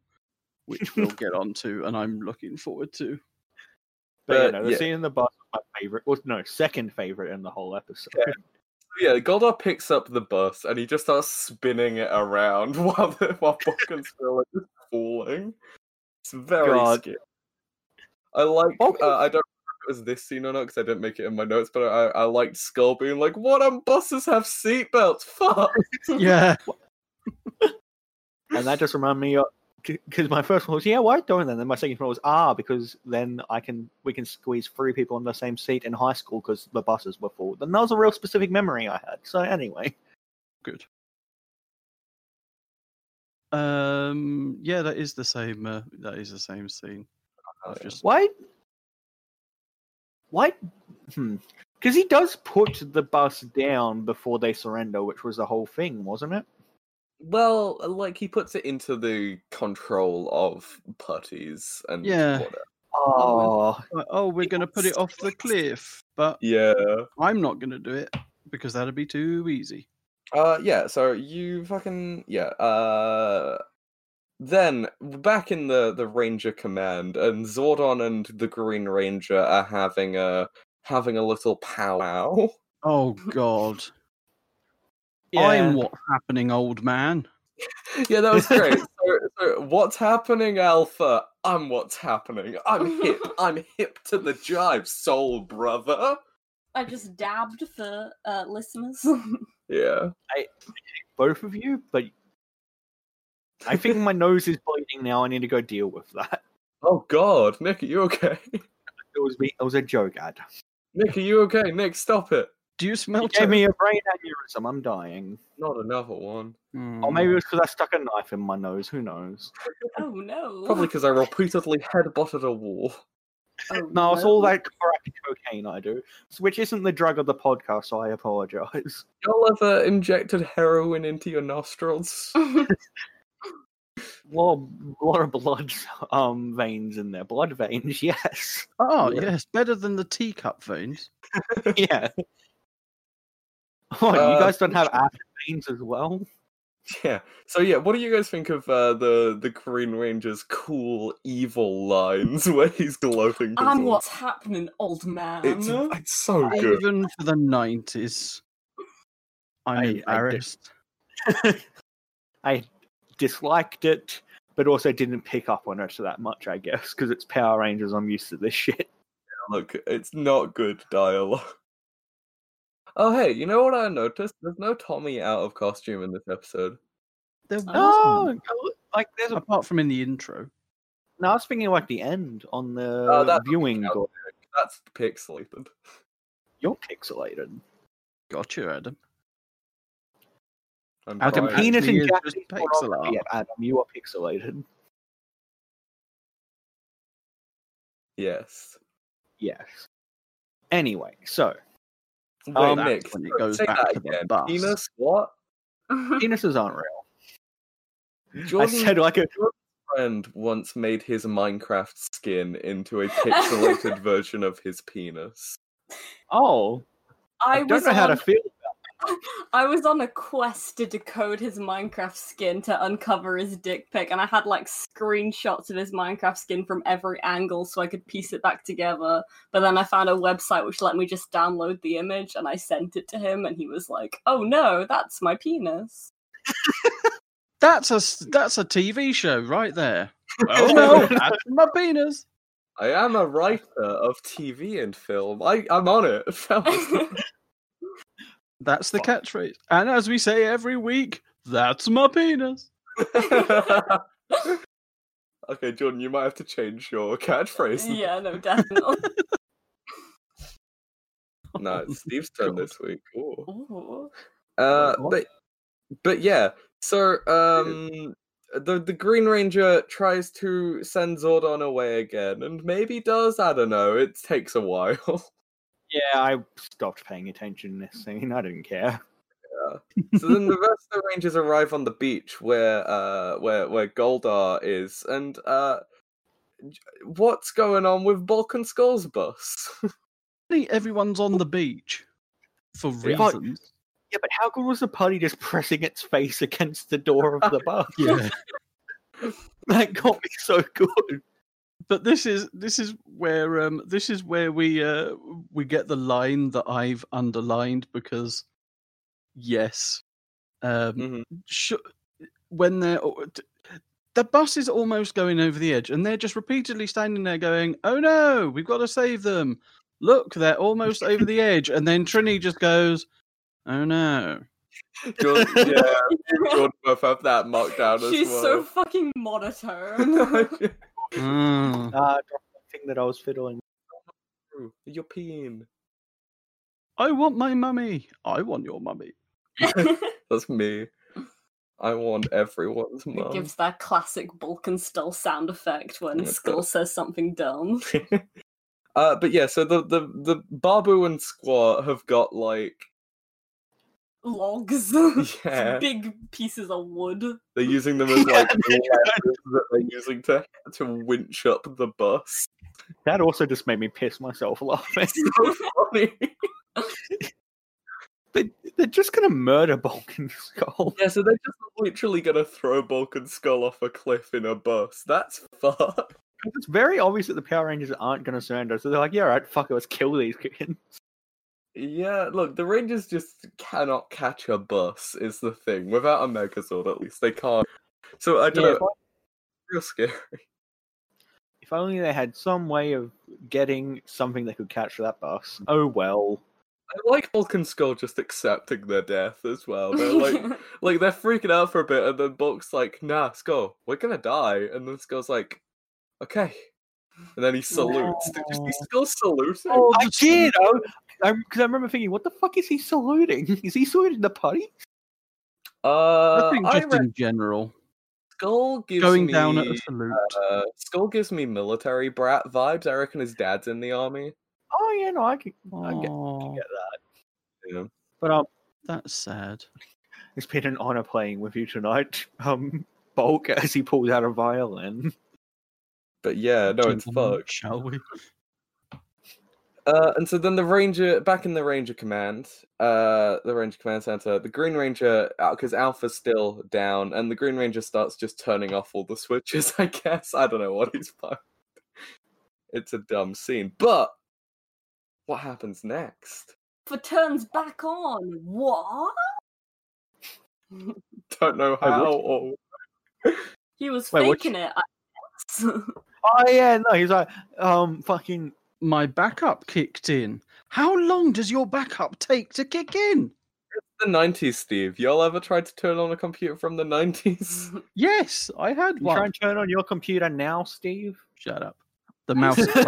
which we'll get onto, and I'm looking forward to.
But, you
But,
know, the
yeah.
scene in the bus was my favorite. Was no second favorite in the whole episode.
yeah, Goldar picks up the bus and he just starts spinning it around while the, while Balkan's still is falling. It's very.
God.
scary. I like. Uh,
Balkan-
I don't. remember if It was this scene or not? Because I didn't make it in my notes, but I, I liked Skull being like, "What? And buses have seatbelts? Fuck!"
Yeah.
And that just reminded me because my first one was, "Yeah, why don't?" Then then my second one was, "Ah, because then I can we can squeeze three people in the same seat in high school because the buses were full." And that was a real specific memory I had. So anyway,
Good. Um. Yeah, that is the same. Uh, that is the same scene.
Oh,
I've
yeah.
just
why? Why? Hmm. Because he does put the bus down before they surrender, which was the whole thing, wasn't it?
Well, like he puts it into the control of putties and
Yeah.
whatever.
Oh,
like, oh, we're gonna put it off the cliff, but
Yeah.
I'm not gonna do it because that'd be too easy.
Uh yeah, so you fucking yeah, uh then back in the the Ranger command and Zordon and the Green Ranger are having a having a little powwow.
Oh God,
yeah.
I'm what's happening, old man.
yeah, that was great. so, so what's happening, Alpha? I'm what's happening. I'm hip. I'm hip to the jive, soul brother.
I just dabbed for uh, listeners.
Yeah.
both of you, but I think my nose is bleeding now. I need to go deal with that.
Oh god, Nick, are you okay?
It was me. It was a joke, Ad.
Nick, are you okay? Nick, stop it.
Do you
You
smell?
gave me a brain aneurysm. I'm dying.
Not another one.
Or oh,
Hmm.
maybe it was because I stuck a knife in my nose. Who knows?
oh no.
Probably because I repeatedly headbutted a wall.
Oh,
No, it's all that crack cocaine I do, which isn't the drug of the podcast. So I apologize.
Y'all ever uh, injected heroin into your nostrils?
Mm.
A lot, of- lot of blood um, veins in there. Blood veins, yes.
Oh
Yeah.
yes, better than the teacup veins.
yeah. Oh,
Uh,
you guys don't have acid veins as well?
yeah. So yeah, what do you guys think of uh, the the Green Ranger's cool evil lines where he's gloating? to
And
Zord?
what's happening, old man?
It's, it's so good.
Even for the nineties, I'm
I- I do.
embarrassed.
I disliked it, but also didn't pick up on it that much, I guess, because it's Power Rangers. I'm used to this shit.
Look, it's not good dialogue. Oh hey, you know what I noticed? There's no Tommy out of costume in this episode.
There
Oh,
wasn't,
like there's a.
apart from in the intro.
No, I was thinking like the end on the
that-
viewing.
yeah.
go-
That's pixelated.
You're pixelated.
Got you, Adam.
I'm
Adam
crying.
Pena-
Penis
actually
and
is just
Japanese pornography,
pixel
Adam. You are pixelated.
Yes.
Yes. Anyway, so
Wait,
Um,
Nick,
Oh, when it
so-
goes
say
back
that
to the
again.
bus.
Penis, what?
penises aren't real.
Jordan
I said like a
friend once made his Minecraft skin into a pixelated version of his penis.
Oh, I,
I
don't
was
know how to
on,
feel.
I was on a quest to decode his Minecraft skin to uncover his dick pic, and I had like screenshots of his Minecraft skin from every angle so I could piece it back together. But then I found a website which let me just download the image, and I sent it to him, and he was like, "Oh no, that's my penis."
That's a s- that's a TV show right there.
Oh.
no, that's my penis.
I am a writer of TV and film. I, I'm on it. fellas.
That's the catchphrase. And as we say every week, that's my penis.
okay, Jordan, you might have to change your catchphrase.
yeah, no, definitely.
No, it's Steve's turn
God.
this week. Ooh.
Ooh.
Uh,
What?
but but yeah, so um, the the Green Ranger tries to send Zordon away again, and maybe does. I don't know. It takes a while.
Yeah, I stopped paying attention in this scene. I didn't care.
so then the rest of the Rangers arrive on the beach where uh where where Goldar is, and uh, j- what's going on with Balkan Skulls Bus?
Really, Everyone's on the beach for
Yeah.
reasons.
Yeah, but how good was the putty just pressing its face against the door of the bus?
Yeah.
That got me so good.
but this is this is where um this is where we uh we get the line that I've underlined because yes. Um
Mhm.
sh- when they're o- t- the bus is almost going over the edge and they're just repeatedly standing there going oh no we've got to save them look they're almost over the edge and then trini just goes oh no
Jordan, yeah, Jordan both have that marked down as
She's so
well.
fucking monotone.
Mm.
Uh, thing that I was fiddling.
You're peeing.
i want my mummy i want your mummy
That's me. I want everyone's
It
mum.
gives that classic Balkanstall sound effect
Oh my
when
God.
Skull says something dumb.
uh, but yeah, so the the the Babu and Squat have got like
Logs.
yeah,
Big pieces of wood.
they're using them as like ladders that they're using to to winch up the bus.
That also just made me piss myself laughing.
Funny.
they, they're just gonna murder Balkan Skull.
yeah, so they're just literally gonna throw Bulk and Skull off a cliff in a bus. That's fucked.
It's very obvious that the Power Rangers aren't gonna surrender, so they're like, "Yeah, all right, fuck it, let's kill these kids."
Yeah, look, the Rangers just cannot catch a bus is the thing. Without a Megazord, at least they can't. So I don't
Yeah,
know.
if, on-
Real scary.
if only they had some way of getting something they could catch for that bus. Oh well.
I like Bulk and Skull just accepting their death as well. They're like, like they're freaking out for a bit, and then Bulk's like, "Nah, Skull, we're gonna die," and then Skull's like, "Okay," and then he salutes. Did you see Skull saluting?
Oh,
I did. Because I, I remember thinking, "What the fuck is he saluting? Is he saluting the putty?"
Uh,
i think
I
just
reckon
in general
Skull gives
going
me
down at a salute
uh, Skull gives me military brat vibes. I reckon his dad's in the army.
Oh yeah, no, I can I get,
Aw,
get that.
Yeah.
But um,
that's sad
it's been an honor playing with you tonight. Um, Bulk as he pulls out a violin.
But yeah, no, it's
Gentlemen,
fucked.
shall we
Uh, and so then the ranger back in the ranger command, uh, the ranger command center, the green ranger because alpha's still down, and the green ranger starts just turning off all the switches. I guess I don't know what he's playing. It's a dumb scene, but what happens next?
For turns back on. What?
Don't know
Wait, what?
how. Or...
He was
Wait, what
faking it, I guess.
Oh yeah, no, he's like, um, fucking.
my backup kicked in. How long does your backup take to kick in?
The '90s, Steve. Y'all ever tried to turn on a computer from the '90s?
Yes, I had
You try
one.
and turn on your computer now, Steve.
Shut up. The mouse is tired.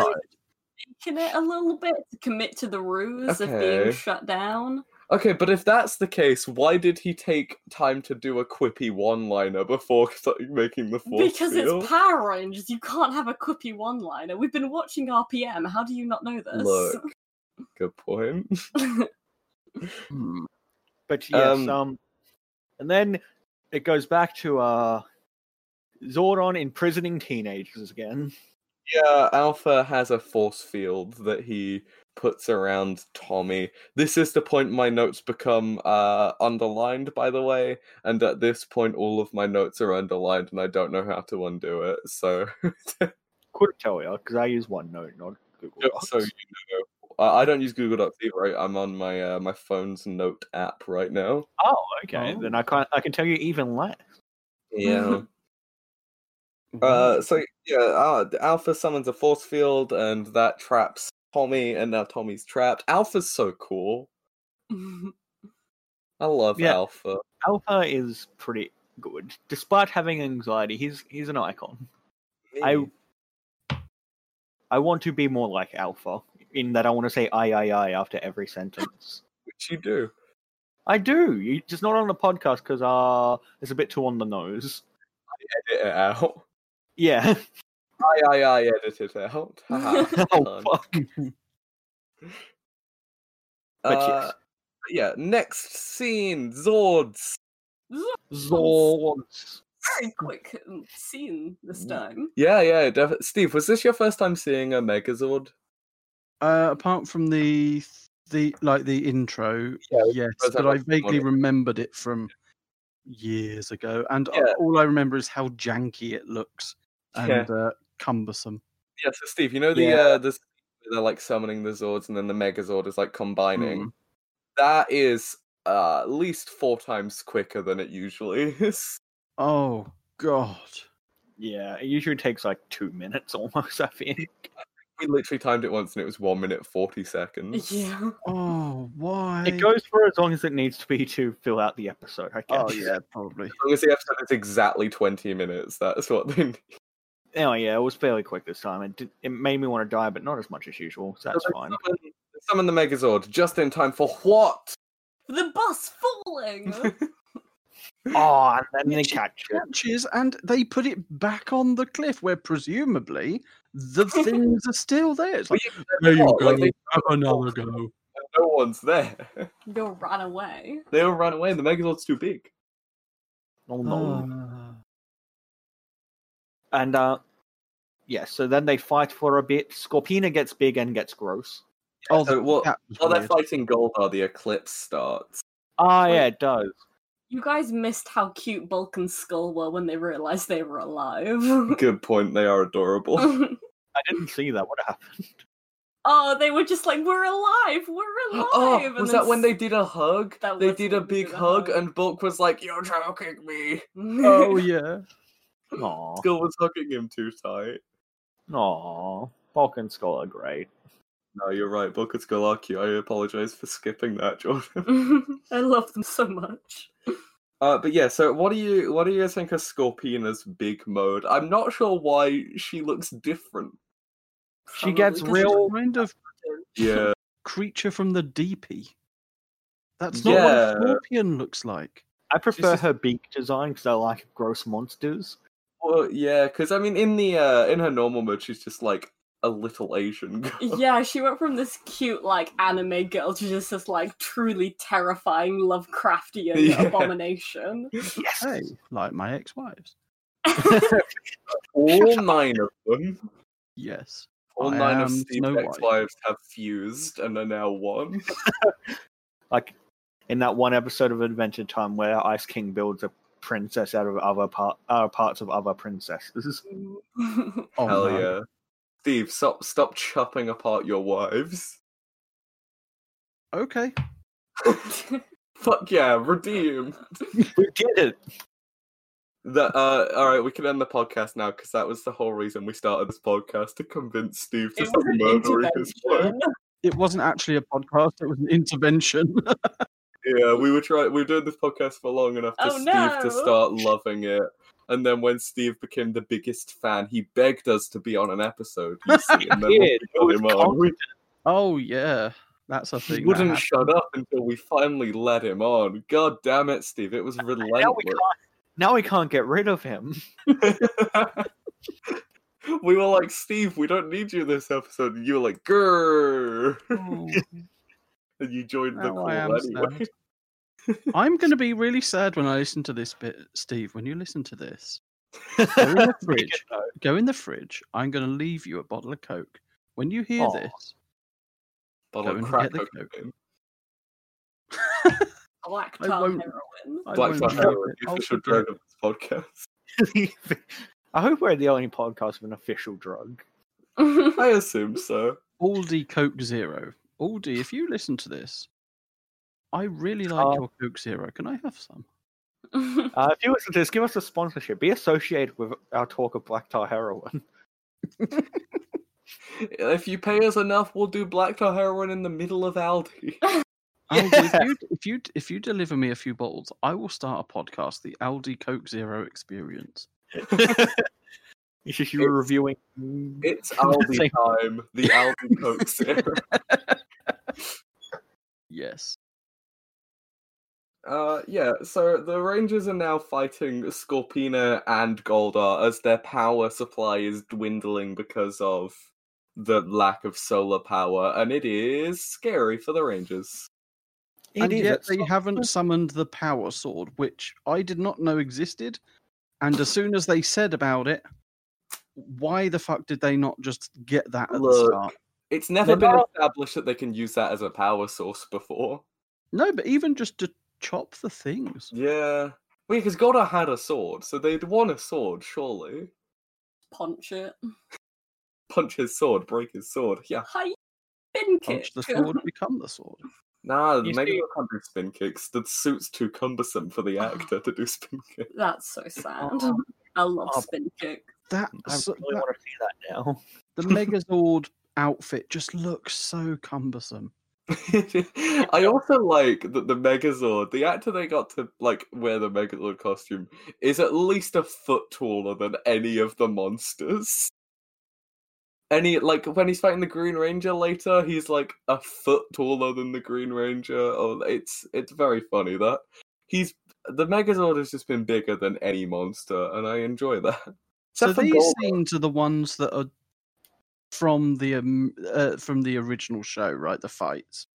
faking it a little bit to commit to the ruse of
Okay.
being shut down.
Okay, but if that's the case, why did he take time to do a quippy one-liner before making the force
because
field?
it's Power Rangers. You can't have a quippy one liner. We've been watching RPM. How do you not know this?
Look. Good point.
Hmm.
But yes,
Um,
um, and then it goes back to uh, Zordon imprisoning teenagers again.
Yeah, Alpha has a force field that he puts around Tommy. This is the point my notes become uh, underlined, by the way, and at this point, all of my notes are underlined, and I don't know how to undo it. So,
Couldn't tell you because I use OneNote, not Google. Docs.
so you know, I I don't use Google Docs either. I- I'm on my uh, my phone's note app right now.
oh, okay.
Oh.
Then I can I can tell you even less.
Yeah.
Mm-hmm.
Uh, so yeah, uh, Alpha summons a force field, and that traps Tommy, and now Tommy's trapped. Alpha's so cool. I love
Yeah.
Alpha.
Alpha is pretty good, despite having anxiety. He's he's an icon. I I want to be more like Alpha in that I want to say I I I after every sentence.
Which you do.
I do, you, just not on the podcast because uh, it's a bit too on the nose.
Edit it out.
Yeah.
I I I edit it out. Haha.
oh
Fun.
fuck. But
Uh, yeah. Next scene: Zords.
yes, Zords.
Very quick um, scene
Mm.
this time.
Yeah, yeah. Def- Steve, was this your first time seeing a Megazord?
Uh, apart from the the like the intro,
Yeah,
yes,
was that
but I
like the
vaguely
model?
remembered it from years ago, and a-
Yeah.
all I remember is how janky it looks and
Yeah.
uh, cumbersome.
Yeah. So Steve, you know the
Yeah.
uh, the scene where they're like summoning the Zords, and then the Megazord is like combining. That is uh, at least four times quicker than it usually is.
Oh God!
Yeah, it usually takes like two minutes almost. I think.
We literally timed it once, and it was one minute forty seconds.
Yeah.
Oh why?
It goes for as long as it needs to be to fill out the episode. I guess.
Oh yeah, probably.
As long as the episode is exactly twenty minutes, that's what they need.
Oh yeah, it was fairly quick this time. It did, it made me want to die, but not as much as usual. So that's
they
fine.
Summon, they summon the Megazord just in time for what?
The bus falling.
Oh, and then they catch it.
Catches and they put it back on the cliff where presumably the things are still there. It's
Well,
like,
yeah,
there you
what?
go,
Oh, Like, they-
have another go.
no one's there.
you ran away.
They all run away. The Megazord's too big.
Oh, no.
Ah.
And uh, yeah. So then they fight for a bit. Scorpina gets big and gets gross.
Oh,
so what-
that was
While they're
weird.
fighting Goldar, the eclipse starts.
Ah,
Wait.
yeah, it does.
You guys missed how cute Bulk and Skull were when they realized they were alive.
Good point. They are adorable.
I didn't see that. What happened?
oh, they were just like, "We're alive! We're alive!"
oh,
and
was
then
that when
s-
they did a hug?
That
They
was
did a
when they
big
did a
hug,
hug.
and Bulk was like, "You're choking me."
Oh yeah.
Aw,
Skull was hugging him too tight.
aw. Bulk and Skull are great.
No, you're right. Bulk and Skull are cute. I apologize for skipping that, Jordan.
I love them so much.
Uh, but yeah, so what do you what do you guys think of Scorpina's big mode? I'm not sure why she looks different.
She gets
Probably 'cause
real-
kind of
Yeah,
creature from the DP. That's not
Yeah.
what a scorpion looks like.
I prefer
is-
her beak design because I like gross monsters.
well, yeah, because I mean, in the uh, in her normal mode, she's just like a little Asian girl.
Yeah, she went from this cute like anime girl to just this like truly terrifying Lovecraftian
Yeah.
abomination.
Yes.
Hey, like my ex-wives.
all nine of them.
Yes.
All
I
nine
am
of Steve's
Snow White.
ex-wives have fused and are now one.
like in that one episode of Adventure Time where Ice King builds a princess out of other part, uh, parts of other princesses.
Oh,
Hell
no.
yeah. Steve, stop stop chopping apart your wives.
Okay.
Fuck yeah, redeem.
We did it.
That uh all right, we can end the podcast now because that was the whole reason we started this podcast to convince Steve to
It
stop
was an
murdering his wife.
intervention.
It wasn't actually a podcast, it was an intervention.
Yeah, we were trying we were doing this podcast for long enough to
Oh,
Steve
no.
to start loving it. And then when Steve became the biggest fan, he begged us to be on an episode, you see, and then we
It
got
was
him on.
con-
oh yeah. That's a thing.
He
that
wouldn't
happened.
shut up until we finally let him on. God damn it, Steve. It was
now we
relentless.
can't. Now we can't get rid of him.
We were like, Steve, we don't need you this episode. And you were like, grrr.
Oh.
And you joined the
Now
call
Oh, I am
anyway.
I'm going to be really sad when I listen to this bit, Steve. When you listen to this, Go in the
Make
fridge.
it no.
Go in the fridge. I'm going to leave you a bottle of Coke. When you hear
Aw.
this,
Bottle of
Go
crack
and get the
cocaine.
Black
I
tar
won't-
heroin.
I
Black
won't
Flag
drink
Heroin,
it.
the
I'll
official
forget
drug of this podcast.
I hope we're the only podcast with an official drug.
I assume so.
Aldi Coke Zero. Aldi, if you listen to this, I really like
Oh.
your Coke Zero. Can I have some?
Uh, if you listen to this, give us a sponsorship. Be associated with our talk of black tar heroin.
If you pay us enough, we'll do black tar heroin in the middle of Aldi.
Aldi,
Yeah.
if, you, if you if you deliver me a few bottles, I will start a podcast, the Aldi Coke Zero Experience.
It's just you were reviewing.
It's Aldi
Nothing.
time. The Aldi Coke Zero.
Yes.
Uh, yeah, so the Rangers are now fighting Scorpina and Goldar as their power supply is dwindling because of the lack of solar power, and it is scary for the Rangers.
and yet
it's
they
not-
haven't summoned the power sword, which I did not know existed. And as soon as they said about it, why the fuck did they not just get that at the
Look.
start?
It's never
They're
been
not-
established that they can use that as a power source before.
No, but even just to chop the things.
Yeah. Wait, because Goldar had a sword, so they'd want a sword, surely.
Punch it.
Punch his sword, break his sword. Yeah.
Hi, spin kick.
Punch the sword, become the sword.
Nah,
You
maybe
see-
they can't do spin kicks. The suit's too cumbersome for the actor to do spin kicks.
That's so sad.
Ah,
Oh,
I love
Oh.
spin kick.
That,
I
so-
really
that-
want to see that now.
the Megazord outfit just looks so cumbersome.
I also like that the Megazord, the actor they got to like wear the Megazord costume, is at least a foot taller than any of the monsters. Any like when he's fighting the Green Ranger later, he's like a foot taller than the Green Ranger. Oh, it's it's very funny that he's the Megazord has just been bigger than any monster, and I enjoy that.
So
Except for
these
Goldar.
scenes are the ones that are from the um, uh, from the original show, right? The fights.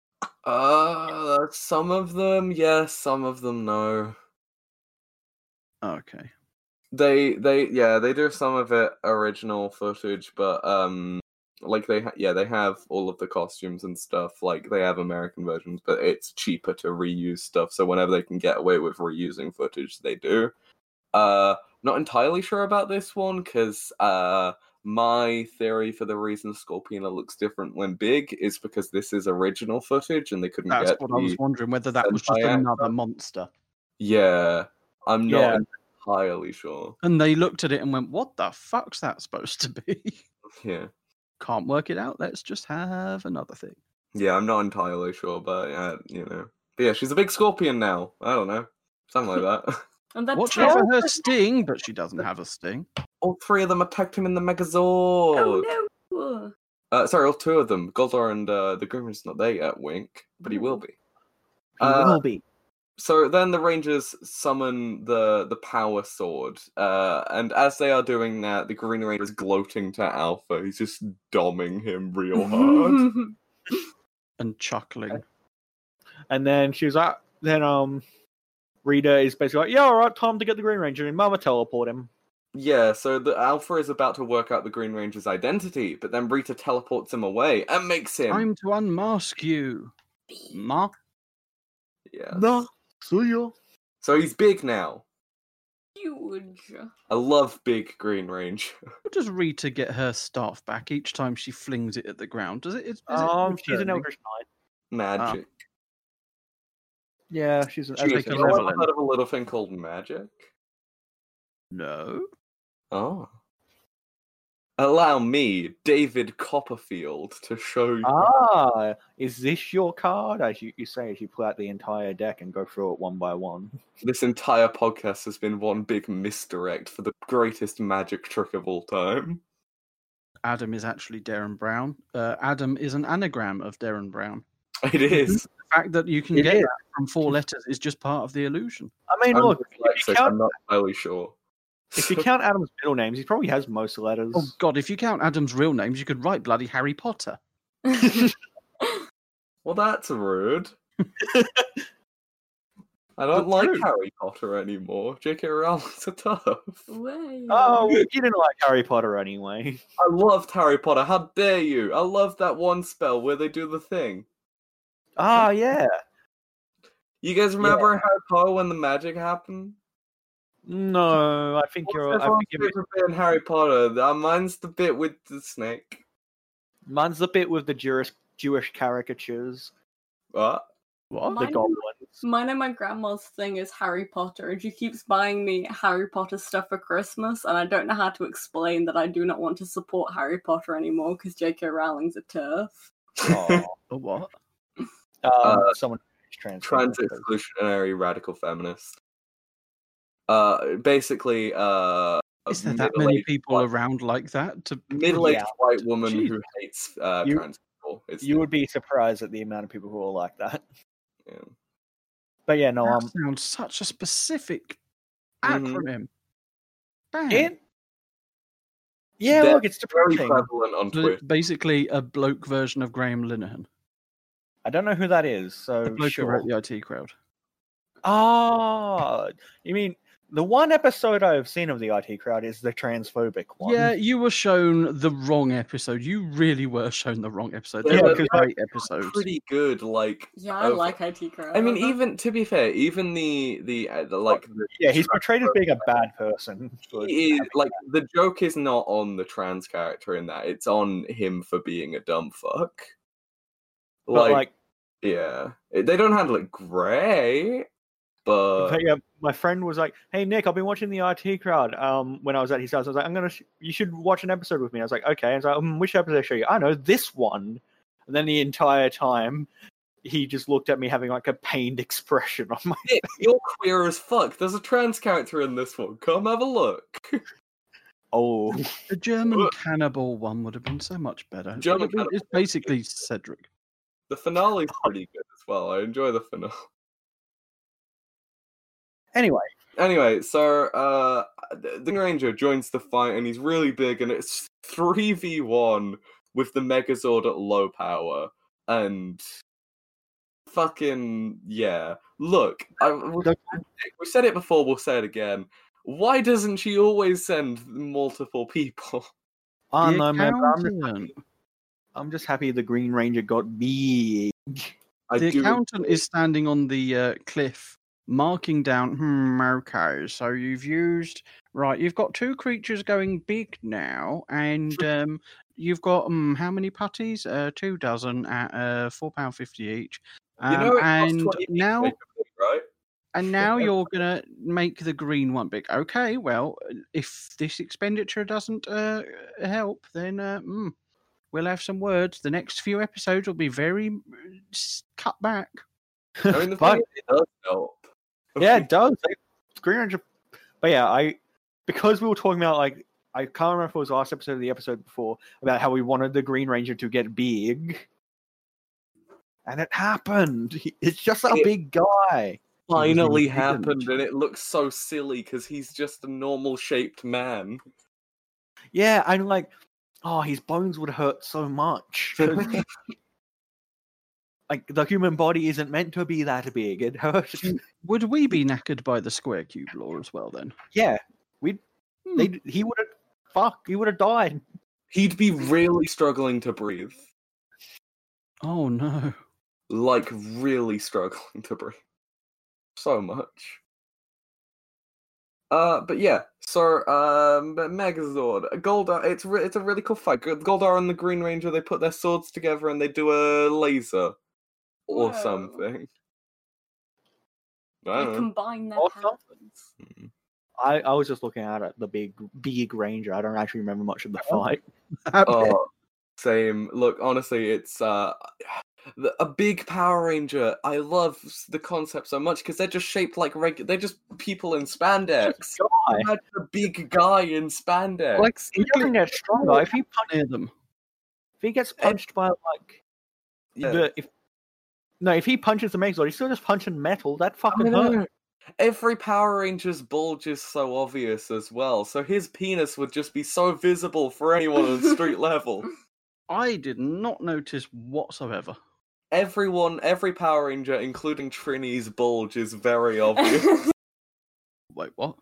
Uh, some of them yes, some of them no.
Okay.
they they yeah they do some of it original footage but um like they ha- yeah they have all of the costumes and stuff like they have american versions but it's cheaper to reuse stuff so whenever they can get away with reusing footage they do uh not entirely sure about this one because uh my theory for the reason scorpina looks different when big is because this is original footage and they couldn't
That's
get
what I was
the-
wondering whether that was just
Sentai actor.
another monster.
yeah i'm not
Yeah.
entirely sure
And they looked at it and went, "What the fuck's that supposed to be?"
yeah
Can't work it out. Let's just have another thing.
Yeah, I'm not entirely sure, but uh, you know, but yeah, she's a big scorpion now. I don't know, something like that.
And that
Watch
tail-
out for her sting, but she doesn't have a sting.
all three of them attacked him in the Megazord.
Oh no!
uh, sorry, all two of them. Goldar and uh, the Grim Reaper's not there yet, Wink, but he will be.
He
Uh,
will be.
so then the rangers summon the the power sword uh and as they are doing that the green ranger is gloating to alpha he's just domming him real hard
And chuckling.
And then she was like, then um, Rita is basically like, yeah, all right, time to get the Green Ranger, and Mama teleport him.
Yeah, so the Alpha is about to work out the Green Ranger's identity, but then Rita teleports him away and makes him.
Time to unmask you. Ma.
Yeah.
No, see ya.
So he's big now.
Huge.
I love big Green Ranger.
What does Rita get her staff back each time she flings it at the ground? Does it? Is, is it
Um, she's an
returning?
Eldritch Knight.
Magic.
Yeah, she's an
She's
Eldritch
a
Have
Knight.
you ever
Leveling.
heard of a little thing called magic?
No.
Oh. Allow me, David Copperfield, to show you.
Ah, is this your card? As you, you say, as you pull out the entire deck and go through it one by one.
This entire podcast has been one big misdirect for the greatest magic trick of all time.
Adam is actually Darren Brown. Uh, Adam is an anagram of Darren Brown.
It
Mm-hmm.
is.
The fact that you can
It
get
is.
that from four letters is just part of the illusion.
I mean,
I'm
look, if Um, you,
dyslexic, I'm
count,
not entirely sure.
if you count Adam's middle names, he probably has most letters.
Oh God! If you count Adam's real names, you could write bloody Harry Potter.
Well, that's rude. I don't
The
like
truth.
Harry Potter anymore. J.K. Rowling's a tough.
Way.
Oh, you didn't like Harry Potter anyway.
I loved Harry Potter. How dare you? I love that one spell where they do the thing.
Ah, yeah.
You guys remember Harry Potter when the magic happened?
No, I think you're.
What's
I think
everyone's
you're.
favorite bit in Harry Potter? Uh, Mine's the bit with the snake.
Mine's the bit with the Jewish Jewish caricatures,
What?
What?
the
Mine-
goblins.
Mine and my grandma's thing is Harry Potter, and she keeps buying me Harry Potter stuff for Christmas, and I don't know how to explain that I do not want to support Harry Potter anymore because J.K. Rowling's a turf.
Oh,
A what?
um,
Uh,
someone trans.
Trans exclusionary radical feminist. Uh, basically, uh, a
Is there that many
middle-aged
people
white-
around like that? To
middle-aged
Yeah.
white woman
Jeez.
who hates uh,
You-
trans people. It's
You would be surprised at the amount of people who are like that.
yeah.
But yeah, no,
that
um,
sounds such a specific
Mhm.
acronym. Bang.
it. Yeah,
They're
look, it's
very
depressing.
prevalent on
So
Twitter.
basically, a bloke version of Graham Linehan.
I don't know who that is,
The
so
Oh,
bloke who
sure.
wrote the IT crowd.
Oh, you mean the one episode I've seen of the IT crowd is the transphobic one?
Yeah, you were shown the wrong episode. You really were shown the wrong episode. They
Yeah,
were
because
great episodes.
Pretty good, like
Yeah, I
Oh,
like E IT crowd.
I
Uh-huh.
mean, even to be fair, even the the, uh, the like the,
yeah. He's portrayed as being a bad person. but
he is like the joke is not on the trans character in that; it's on him for being a dumb fuck.
but
Like,
like,
yeah, It- they don't handle it great, but
but yeah, um, my friend was like, "Hey Nick, I've been watching the IT crowd." Um, when I was at his house, I was like, "I'm gonna, sh- you should watch an episode with me." I was like, "Okay." I was like, um, "Which episode should I show you?" I know this one. And then the entire time, he just looked at me having like a pained expression on my.
Nick, you're queer as fuck. There's a trans character in this one. Come have a look.
Oh,
The German
Ugh.
cannibal one would have been so much better.
German
It-
cannibal.
it's basically Cedric.
The finale's
Oh.
pretty good as well. I enjoy the finale.
anyway,
Anyway, so uh, the the Ranger joins the fight and he's really big, and it's three v one with the Megazord at low power, and fucking yeah. Look, I, we,
Look-
we said it before. We'll say it again. Why doesn't she always send multiple people?
I
The
know, man. but I'm just,
accountant.
I'm just happy the Green Ranger got big.
I
the
do
accountant is standing on the uh, cliff, marking down. Hmm. Okay. So you've used right. You've got two creatures going big now, and um, you've got um, how many putties? Uh, two dozen at uh, four pound fifty each. Um,
You know, it costs
and
20 to make
now
a thing, right?
And now you're gonna make the green one big. Okay, well, if this expenditure doesn't uh, help, then uh, mm, we'll have some words. The next few episodes will be very mm, s- cut back.
I mean, the
But-
thing is, it does help.
Yeah, it does. Like, Green Ranger. But yeah, I because we were talking about like I can't remember if it was last episode or the episode before about how we wanted the Green Ranger to get big, and it happened. He- It's just a
It-
big guy.
finally
He didn't.
happened, and it looks so silly because he's just a normal shaped man.
Yeah, I'm like, oh, his bones would hurt so much. 'cause, like the human body isn't meant to be that big. It hurts.
Would we be knackered by the square cube law as well then?
yeah, we.
Hmm.
would They. He would have. Fuck. He would have died.
He'd be really struggling to breathe.
Oh no.
Like, really struggling to breathe. So much. Uh, but yeah, so um, but Megazord, Goldar. It's re- it's a really cool fight. Gold- Goldar and the Green Ranger they put their swords together and they do a laser or
Whoa.
something. I
I
don't know.
combine their
Or
powers.
I, I was just looking out at the big big ranger. I don't actually remember much of the
Oh.
fight.
Oh, same. Look, honestly, it's uh, the, a big Power Ranger. I love s- the concept so much because they're just shaped like regular. They're just people in spandex.
guy.
Imagine a big guy in spandex.
Like
He doesn't get stronger. If he punch,
near them.
if he gets punched by like
Eh, Yeah.
the if no, if he punches the Megazord, he's still just punching metal. That
I
fucking
know.
hurt.
Every Power Ranger's bulge is so obvious as well, so his penis would just be so visible for anyone on street level.
I did not notice whatsoever.
everyone, every Power Ranger, including Trini's bulge, is very obvious.
Wait, what?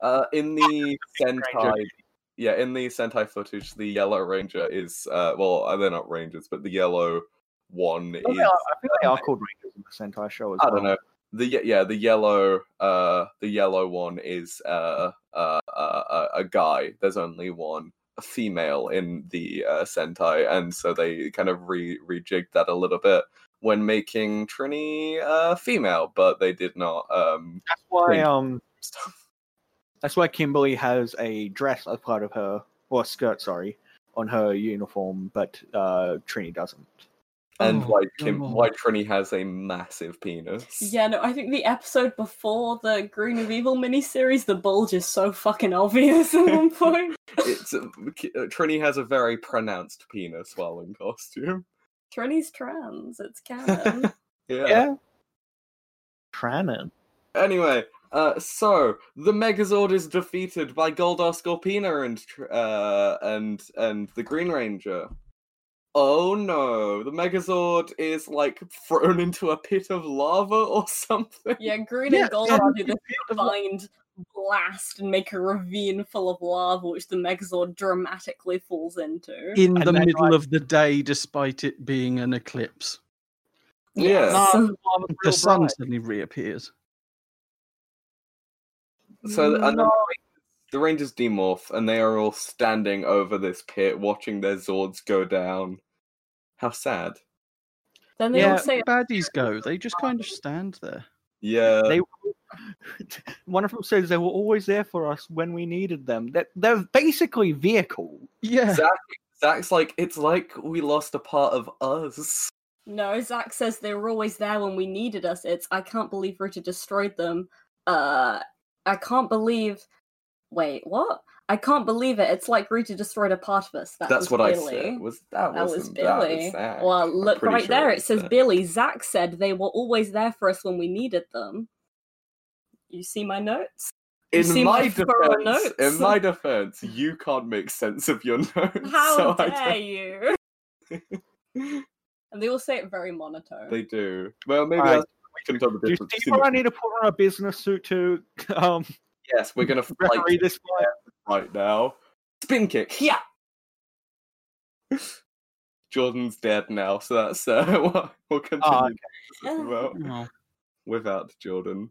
uh, in the Sentai,
Ranger.
yeah, in the Sentai footage, the Yellow Ranger is uh, well, uh, they're not Rangers, but the yellow one
I
is
think Oh, they are called Rangers in the Sentai show as
I
well.
don't know. The ye- yeah, the yellow uh the yellow one is uh uh, uh, uh a guy. There's only one female in the uh, Sentai, and so they kind of re rejigged that a little bit when making Trini uh female, but they did not um
That's why
Wait.
um that's why Kimberly has a dress as part of her or skirt, sorry, on her uniform, but uh Trini doesn't.
and
Oh,
why Kim
come
why
on.
Trini has a massive penis.
yeah, no, I think the episode before the Green of Evil miniseries, the bulge is so fucking obvious at one point.
It's uh, K- uh, Trini has a very pronounced penis while in costume.
Trini's trans, it's canon.
Tranon.
Anyway, uh, so the Megazord is defeated by Goldar Scorpina and tr- uh, and and the Green Ranger. Oh no! The Megazord is like thrown into a pit of lava or something.
yeah, Green
Yeah,
and Gold are
yeah,
do this combined blast and make a ravine full of lava, which the Megazord dramatically falls into.
in the
then,
middle
like-
of the day, despite it being an eclipse.
Yeah.
Yes.
Um,
The sun suddenly reappears.
So
uh,
th- and then the Rangers demorph, and they are all standing over this pit, watching their Zords go down. How sad.
Then they
Yeah.
all say,
Baddies go. They just kind of stand there.
Yeah.
They one of them says they were always there for us when we needed them. That they're basically vehicle.
Yeah.
Zach, Zach's like, it's like we lost a part of us.
no, Zach says they were always there when we needed us. It's, I can't believe Richard destroyed them. Uh, I can't believe. Wait, what? I can't believe it. It's like Rita destroyed a part of us. That
That's
was
what I
Billy.
said. Was that,
That was
wasn't, that was
Billy.
Zach.
Well,
I'm
look
pretty
right
sure
there. It
was
says
Zach.
Billy. Zach said they were always there for us when we needed them. You see my notes? You
In
see
my,
my thorough
defense, in
notes.
my defense, you can't make sense of your notes.
How
so I
dare you?
don't-
And they all say it very monotone.
They do. Well, maybe
Alright.
that's we can tell the
Do you
difference.
see what I need to put on a business suit to um
Yes, we're gonna fight
referee this fight?
right now. Spin kick.
Yeah.
Jordan's dead now, so that's uh, we'll- we'll continue
okay.
without,
Oh,
without Jordan.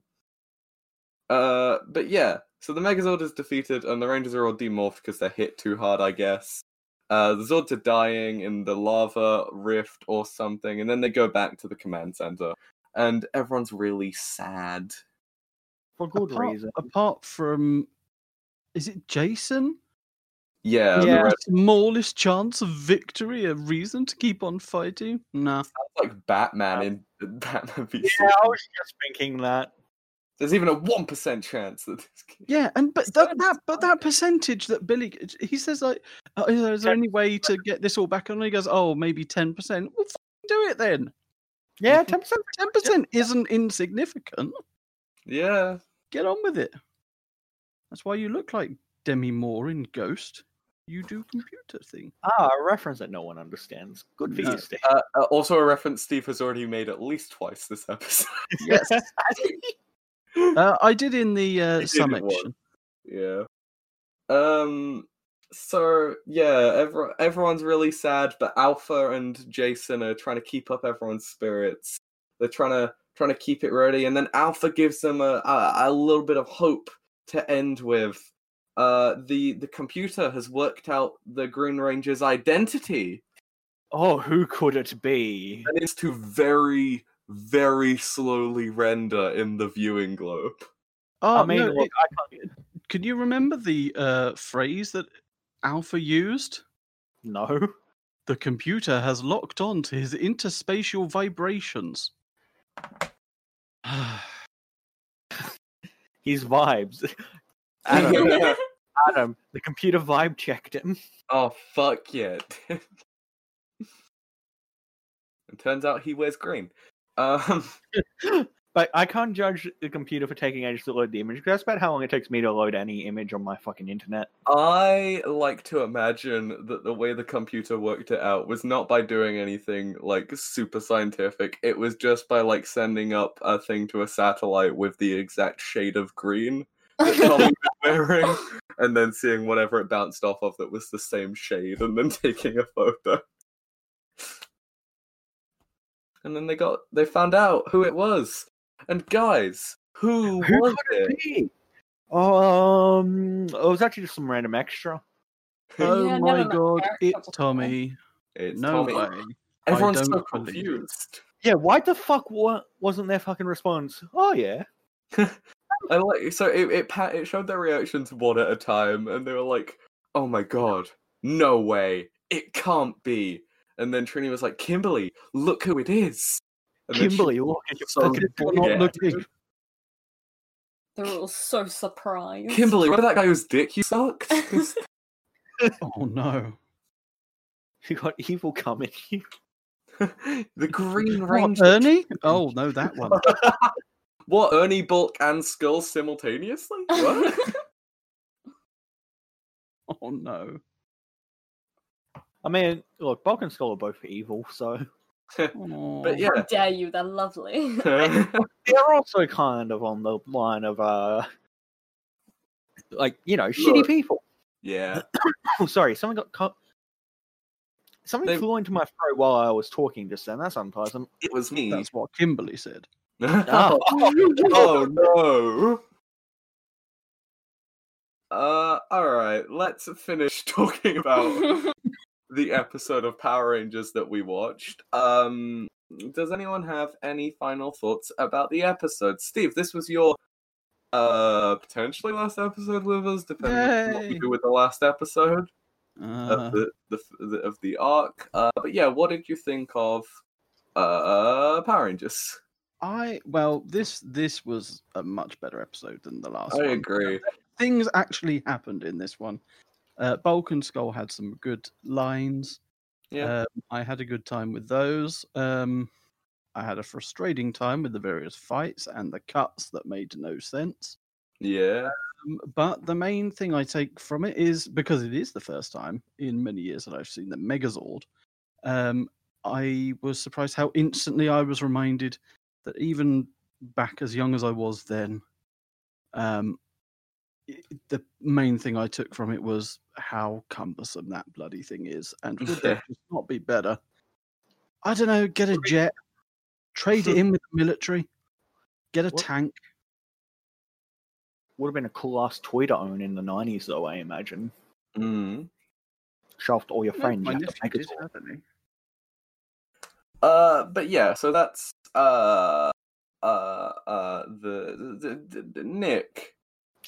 Uh, but yeah, so the Megazord is defeated, and the Rangers are all demorphed because they're hit too hard, I guess. Uh, the Zords are dying in the lava rift or something, and then they go back to the command center, and everyone's really sad.
For good
apart,
reason.
apart from, is it Jason?
Yeah, the
Yeah.
Red-
Smallest chance of victory, a reason to keep on fighting? Nah.
sounds like Batman in Batman v
Yeah, I was just thinking that.
There's even a one percent chance that this. Kid...
Yeah, and but
So
that, that but that percentage that Billy he says like, "Oh, is there, is there any way to get this all back on? He goes, oh, maybe ten percent. Well, f- do it then.
Yeah, ten percent.
Ten percent isn't insignificant.
Yeah,
Get on with it. That's why you look like Demi Moore in Ghost. You do computer thing.
Ah, a reference that no one understands. Good for
No.
you, Steve.
Uh, uh, also, a reference Steve has already made at least twice this episode.
Yes. Uh, I did in the uh,
did
summation.
once. yeah. Um. So yeah, every, everyone's really sad, but Alpha and Jason are trying to keep up everyone's spirits. They're trying to trying to keep it ready, and then Alpha gives them a a, a little bit of hope to end with. Uh, the the computer has worked out the Green Ranger's identity.
Oh, who could it be?
and it's to very, very slowly render in the viewing globe.
Oh,
I mean,
no,
look,
it- can you remember the uh, phrase that Alpha used?
I can't, no.
The computer has locked on to his interspatial vibrations.
His vibes. Adam, Adam, the computer vibe checked him.
oh fuck yeah! it turns out he wears green. Um,
But I can't judge the computer for taking ages to load the image because that's about how long it takes me to load any image on my fucking internet.
I like to imagine that the way the computer worked it out was not by doing anything like super scientific. It was just by like sending up a thing to a satellite with the exact shade of green that Tommy was wearing, and then seeing whatever it bounced off of that was the same shade, and then taking a photo. And then they got they found out who it was. And guys, who,
Who
was
could
it?
it be? Um, it was actually just some random extra.
Oh
Yeah,
my
never mind.
god,
Eric's
it's
double
Tommy.
It's
no
Tommy.
way.
Everyone's
I
so
don't believe it.
confused.
Yeah, why the fuck wa- wasn't their fucking response? Oh yeah,
I like so it it, pa- it showed their reactions one at a time, and they were like, "Oh my god, no way, it can't be!" And then Trini was like, "Kimberly, look who it is!" And then she-
Kimberly, look at your
so
fucking
You're
good.
boy.
not
Yeah.
looking.
They're all so surprised.
Kimberly, remember that guy whose dick you sucked?
Oh no.
You got evil coming.
the Green
What,
Ranger.
Ernie? Oh no, that one.
What Ernie Bulk and Skull simultaneously? What?
Oh no.
I mean, look, Bulk and Skull are both evil, so
but yeah,
How dare you? They're lovely.
they're also kind of on the line of uh, like you know, shitty
Look.
people.
yeah.
Oh, sorry, someone got cut. Something
They-
flew into my throat while I was talking just then. That's unpleasant.
It was me.
That's what Kimberly said.
oh, no. Uh, all right. Let's finish talking about
Oh.
the episode of Power Rangers that we watched. Um, does anyone have any final thoughts about the episode? Steve, this was your uh potentially last episode with us, depending on what
Yay.
we do with the last episode
Uh,
of the, the, the of the arc. Uh, but yeah, what did you think of uh Power Rangers?
I well, this this was a much better episode than the last.
I
one.
agree.
Things actually happened in this one. Uh, Bulk and Skull had some good lines.
Yeah.
Um, I had a good time with those. Um, I had a frustrating time with the various fights and the cuts that made no sense.
yeah.
Um, but the main thing I take from it is because it is the first time in many years that I've seen the Megazord. Um, I was surprised how instantly I was reminded that even back as young as I was then, um, i- the main thing I took from it was how cumbersome that bloody thing is, and would that just not be better? I don't know. Get a jet, trade it in with the military, get a
What?
tank.
Would have been a cool ass toy to own in the nineties, though. I imagine.
Mm.
Shaft all your friends.
My
you have to
nephew
make a
did
toy.
have any.
Uh, but yeah, so that's uh uh uh the, the, the, the Nick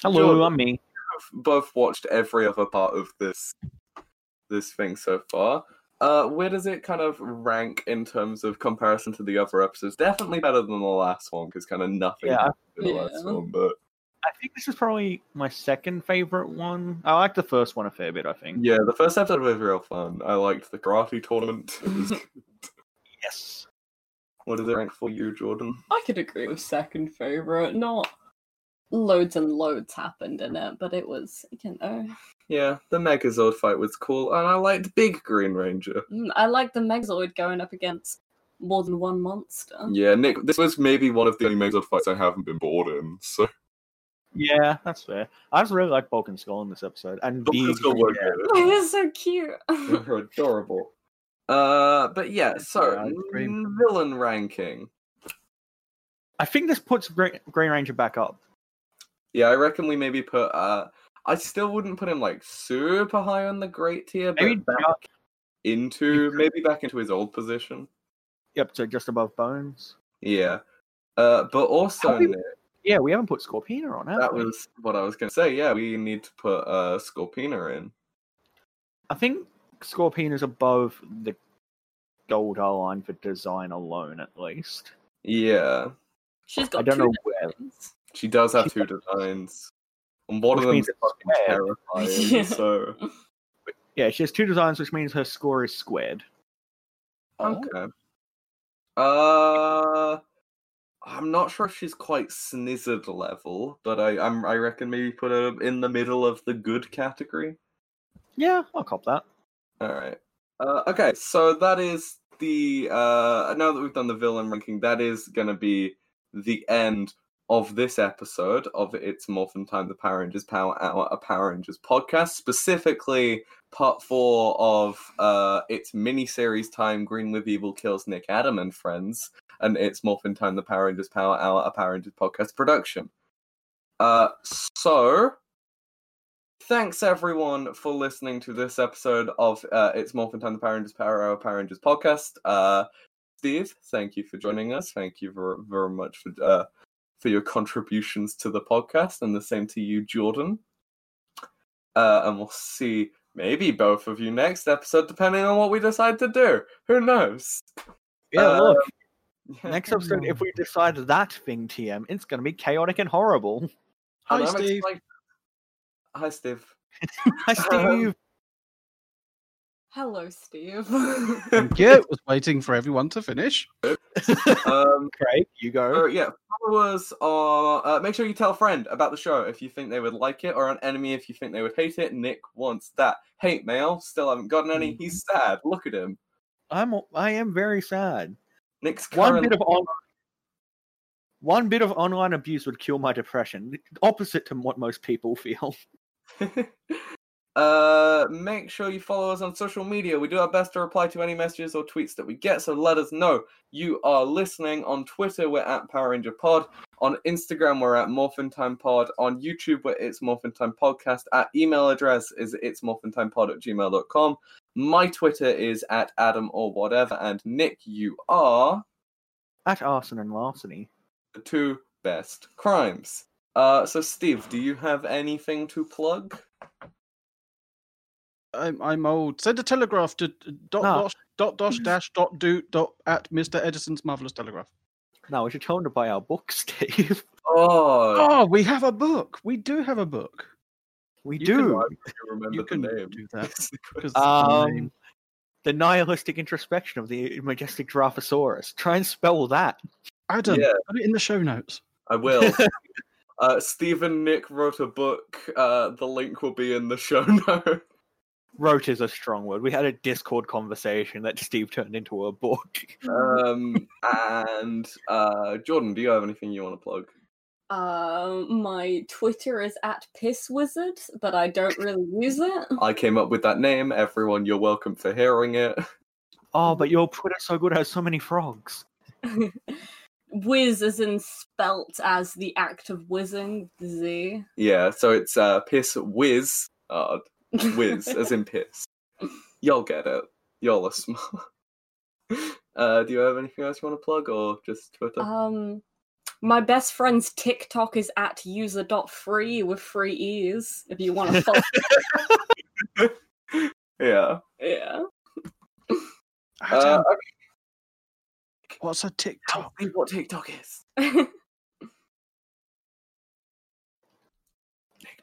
Hello,
Sure.
I'm me.
have both watched every other part of this this thing so far. Uh, where does it kind of rank in terms of comparison to the other episodes? Definitely better than the last one because kind of nothing
Yeah.
happened in the
Yeah.
last one. But
I think this is probably my second favorite one. I like the first one a fair bit. I think.
yeah, the first episode was real fun. I liked the karate tournament. It was-
Yes.
what does it rank for you, Jordan?
I could agree with second favorite. Not loads and loads happened in it, but it was you know.
Yeah, the Megazord fight was cool, and I liked Big Green Ranger.
Mm, I like the Megazord going up against more than one monster.
Yeah, Nick, this was maybe one of the only Megazord fights I haven't been bored in. So
Yeah, that's fair. I just really like Bulk and Skull in this episode, and
But
the
it's still worth it.
It is so cute.
They're adorable. Uh, but yeah, so
Yeah, I agree.
n- villain ranking.
I think this puts Green, Green Ranger back up.
Yeah, I reckon we maybe put. Uh, I still wouldn't put him like super high on the great tier, but
Maybe
back
just,
into maybe back into his old position.
yep, so just above Bones.
Yeah. Uh, but also
How we-
Nick,
Yeah, we haven't put Scorpina on. Have
that
we?
was what I was gonna say. Yeah, we need to put uh Scorpina in.
I think Scorpina's above the Gold R line for design alone, at least.
Yeah,
She's got
I don't
two
know where.
names.
she does have
She
two designs, and one
Which
of them
means
is
it's
fucking terrifying.
Yeah.
So
Yeah, she has two designs, which means her score is Oh. squared.
Okay. Uh, I'm not sure if she's quite snizzard level, but I I'm, I reckon maybe put her in the middle of the good category.
Yeah, I'll cop that.
All right. Uh, okay, so that is the uh, now that we've done the villain ranking, that is going to be the end of this episode of It's Morphin Time, the Power Rangers Power Hour, a Power Rangers podcast, specifically part four of uh, its miniseries time, Green with Evil Kills Nick Adam and Friends, and It's Morphin Time, the Power Rangers Power Hour, a Power Rangers podcast production. Uh, so, thanks everyone for listening to this episode of uh, It's Morphin Time, the Power Rangers Power Hour, Power Rangers podcast. Uh, Steve, thank you for joining us. Thank you very, very much for uh, for your contributions to the podcast, and the same to you, Jordan. Uh, and we'll see maybe both of you next episode, depending on what we decide to do. Who knows?
Yeah,
Uh,
look, next episode, if we decide that thing, TM, it's going to be chaotic and horrible.
And
Hi,
I'm
Steve.
excited- Hi, Steve.
Hi, Steve.
Hello, Steve.
yeah, it was waiting for everyone to finish.
um,
Craig, you
Uh,
go.
yeah, followers are. Uh, make sure you tell a friend about the show if you think they would like it, or an enemy if you think they would hate it. Nick wants that hate mail. Still haven't gotten any.
Mm-hmm.
He's sad. Look at him.
I'm I am very sad.
Nick's
One
current-
bit of on- one bit of online abuse would cure my depression. Opposite to what most people feel.
uh, make sure you follow us on social media. We do our best to reply to any messages or tweets that we get, so let us know you are listening. On Twitter, we're at Power Ranger Pod. On Instagram, we're at Morphin Time Pod. On YouTube, we're It's Morphin Time Podcast. Our email address is It's Morphin Time Pod at gmail.com. My Twitter is at Adam or whatever. And Nick, you are
At arson and larceny.
the two best crimes. Uh, so, Steve, do you have anything to plug?
I'm, I'm old. Send a telegraph to uh, dot
Ah.
dosh dot dosh dash dot do dot at Mr. Edison's marvelous telegraph.
No, we should tell him to buy our book, Steve.
Oh,
Oh, we have a book. We do have a book.
We
You can
do.
I don't remember
You
the
can
name.
do that. 'cause the name-
Um, the nihilistic introspection of the majestic Draphosaurus. Try and spell that.
Adam,
yeah.
put it in the show notes.
I will. uh, Stephen Nick wrote a book. Uh, the link will be in the show notes.
Wrote is a strong word. We had a Discord conversation that Steve turned into a book.
Um, and uh, Jordan, do you have anything you want to plug?
um, my Twitter is at pisswizard, but I don't really use it.
I came up with that name. Everyone, you're welcome for hearing it.
Oh, but your Twitter's so good it has so many frogs.
Whiz is in spelt as the act of whizzing. Z.
Yeah, so it's uh, piss whiz, uh, whiz as in piss. Y'all get it. Y'all are smart. Uh, do you have anything else you want to plug, or just Twitter?
um, my best friend's TikTok is at user.free with free e's. If you want to follow,
yeah.
yeah.
Uh,
Adam, what's a TikTok?
okay, what TikTok is? Nick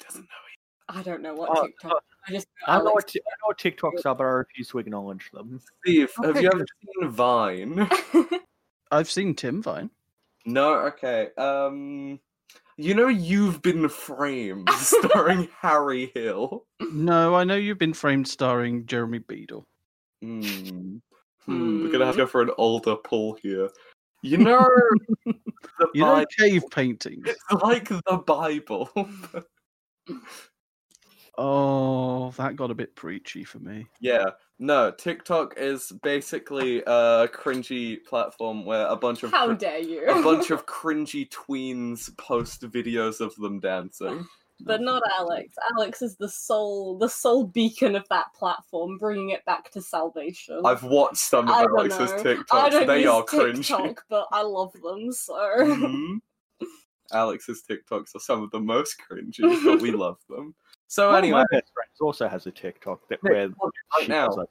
doesn't know.
I don't know what
Uh,
Oh,
TikTok. I just
I know,
Alex-
what, I know what TikToks are, but I refuse to acknowledge them.
Steve, have
Okay,
you ever seen Vine?
I've seen Tim Vine.
no, okay. Um you know you've been framed starring Harry Hill.
No, I know you've been framed starring Jeremy Beadle.
Hmm. Hmm, We're gonna have to go for an older pull here. You know the
You know
Bible.
cave paintings.
It's like the Bible.
Oh, that got a bit preachy for me.
yeah. No, TikTok is basically a cringy platform where a bunch of
How
cr-
dare you?
a bunch of cringy tweens post videos of them dancing.
but not Alex. Alex is the soul, the soul beacon of that platform, bringing it back to salvation.
I've watched some
I
of
don't
Alex's
know. I
TikToks.
don't
They
use
are cringy.
TikTok, but I love them so.
Mhm. Alex's TikToks are some of the most cringy, but we love them. So anyway,
my best friend also has a TikTok that
Nick,
where
plug it right
she
now.
does that.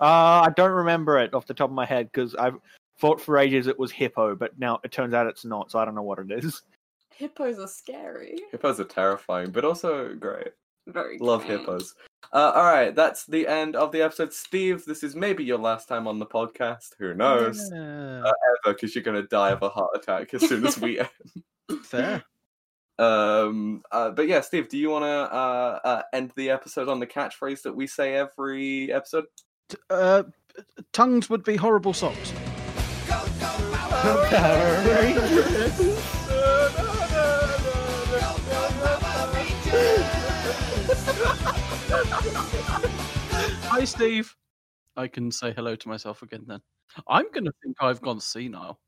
Uh, I don't remember it off the top of my head because I've thought for ages it was hippo, but now it turns out it's not, so I don't know what it is.
Hippos are scary.
Hippos are terrifying, but also great.
Very
Love
cute.
hippos. Uh, all right, that's the end of the episode. Steve, this is maybe your last time on the podcast. Who knows?
Yeah,
Ever, because you're going to die of a heart attack as soon as we end. Uh,
fair.
Um, uh, but yeah, Steve, do you want to uh, uh, end the episode on the catchphrase that we say every episode?
Uh, tongues would be horrible socks. Hi, Steve. I can say hello to myself again then. I'm going to think I've gone senile.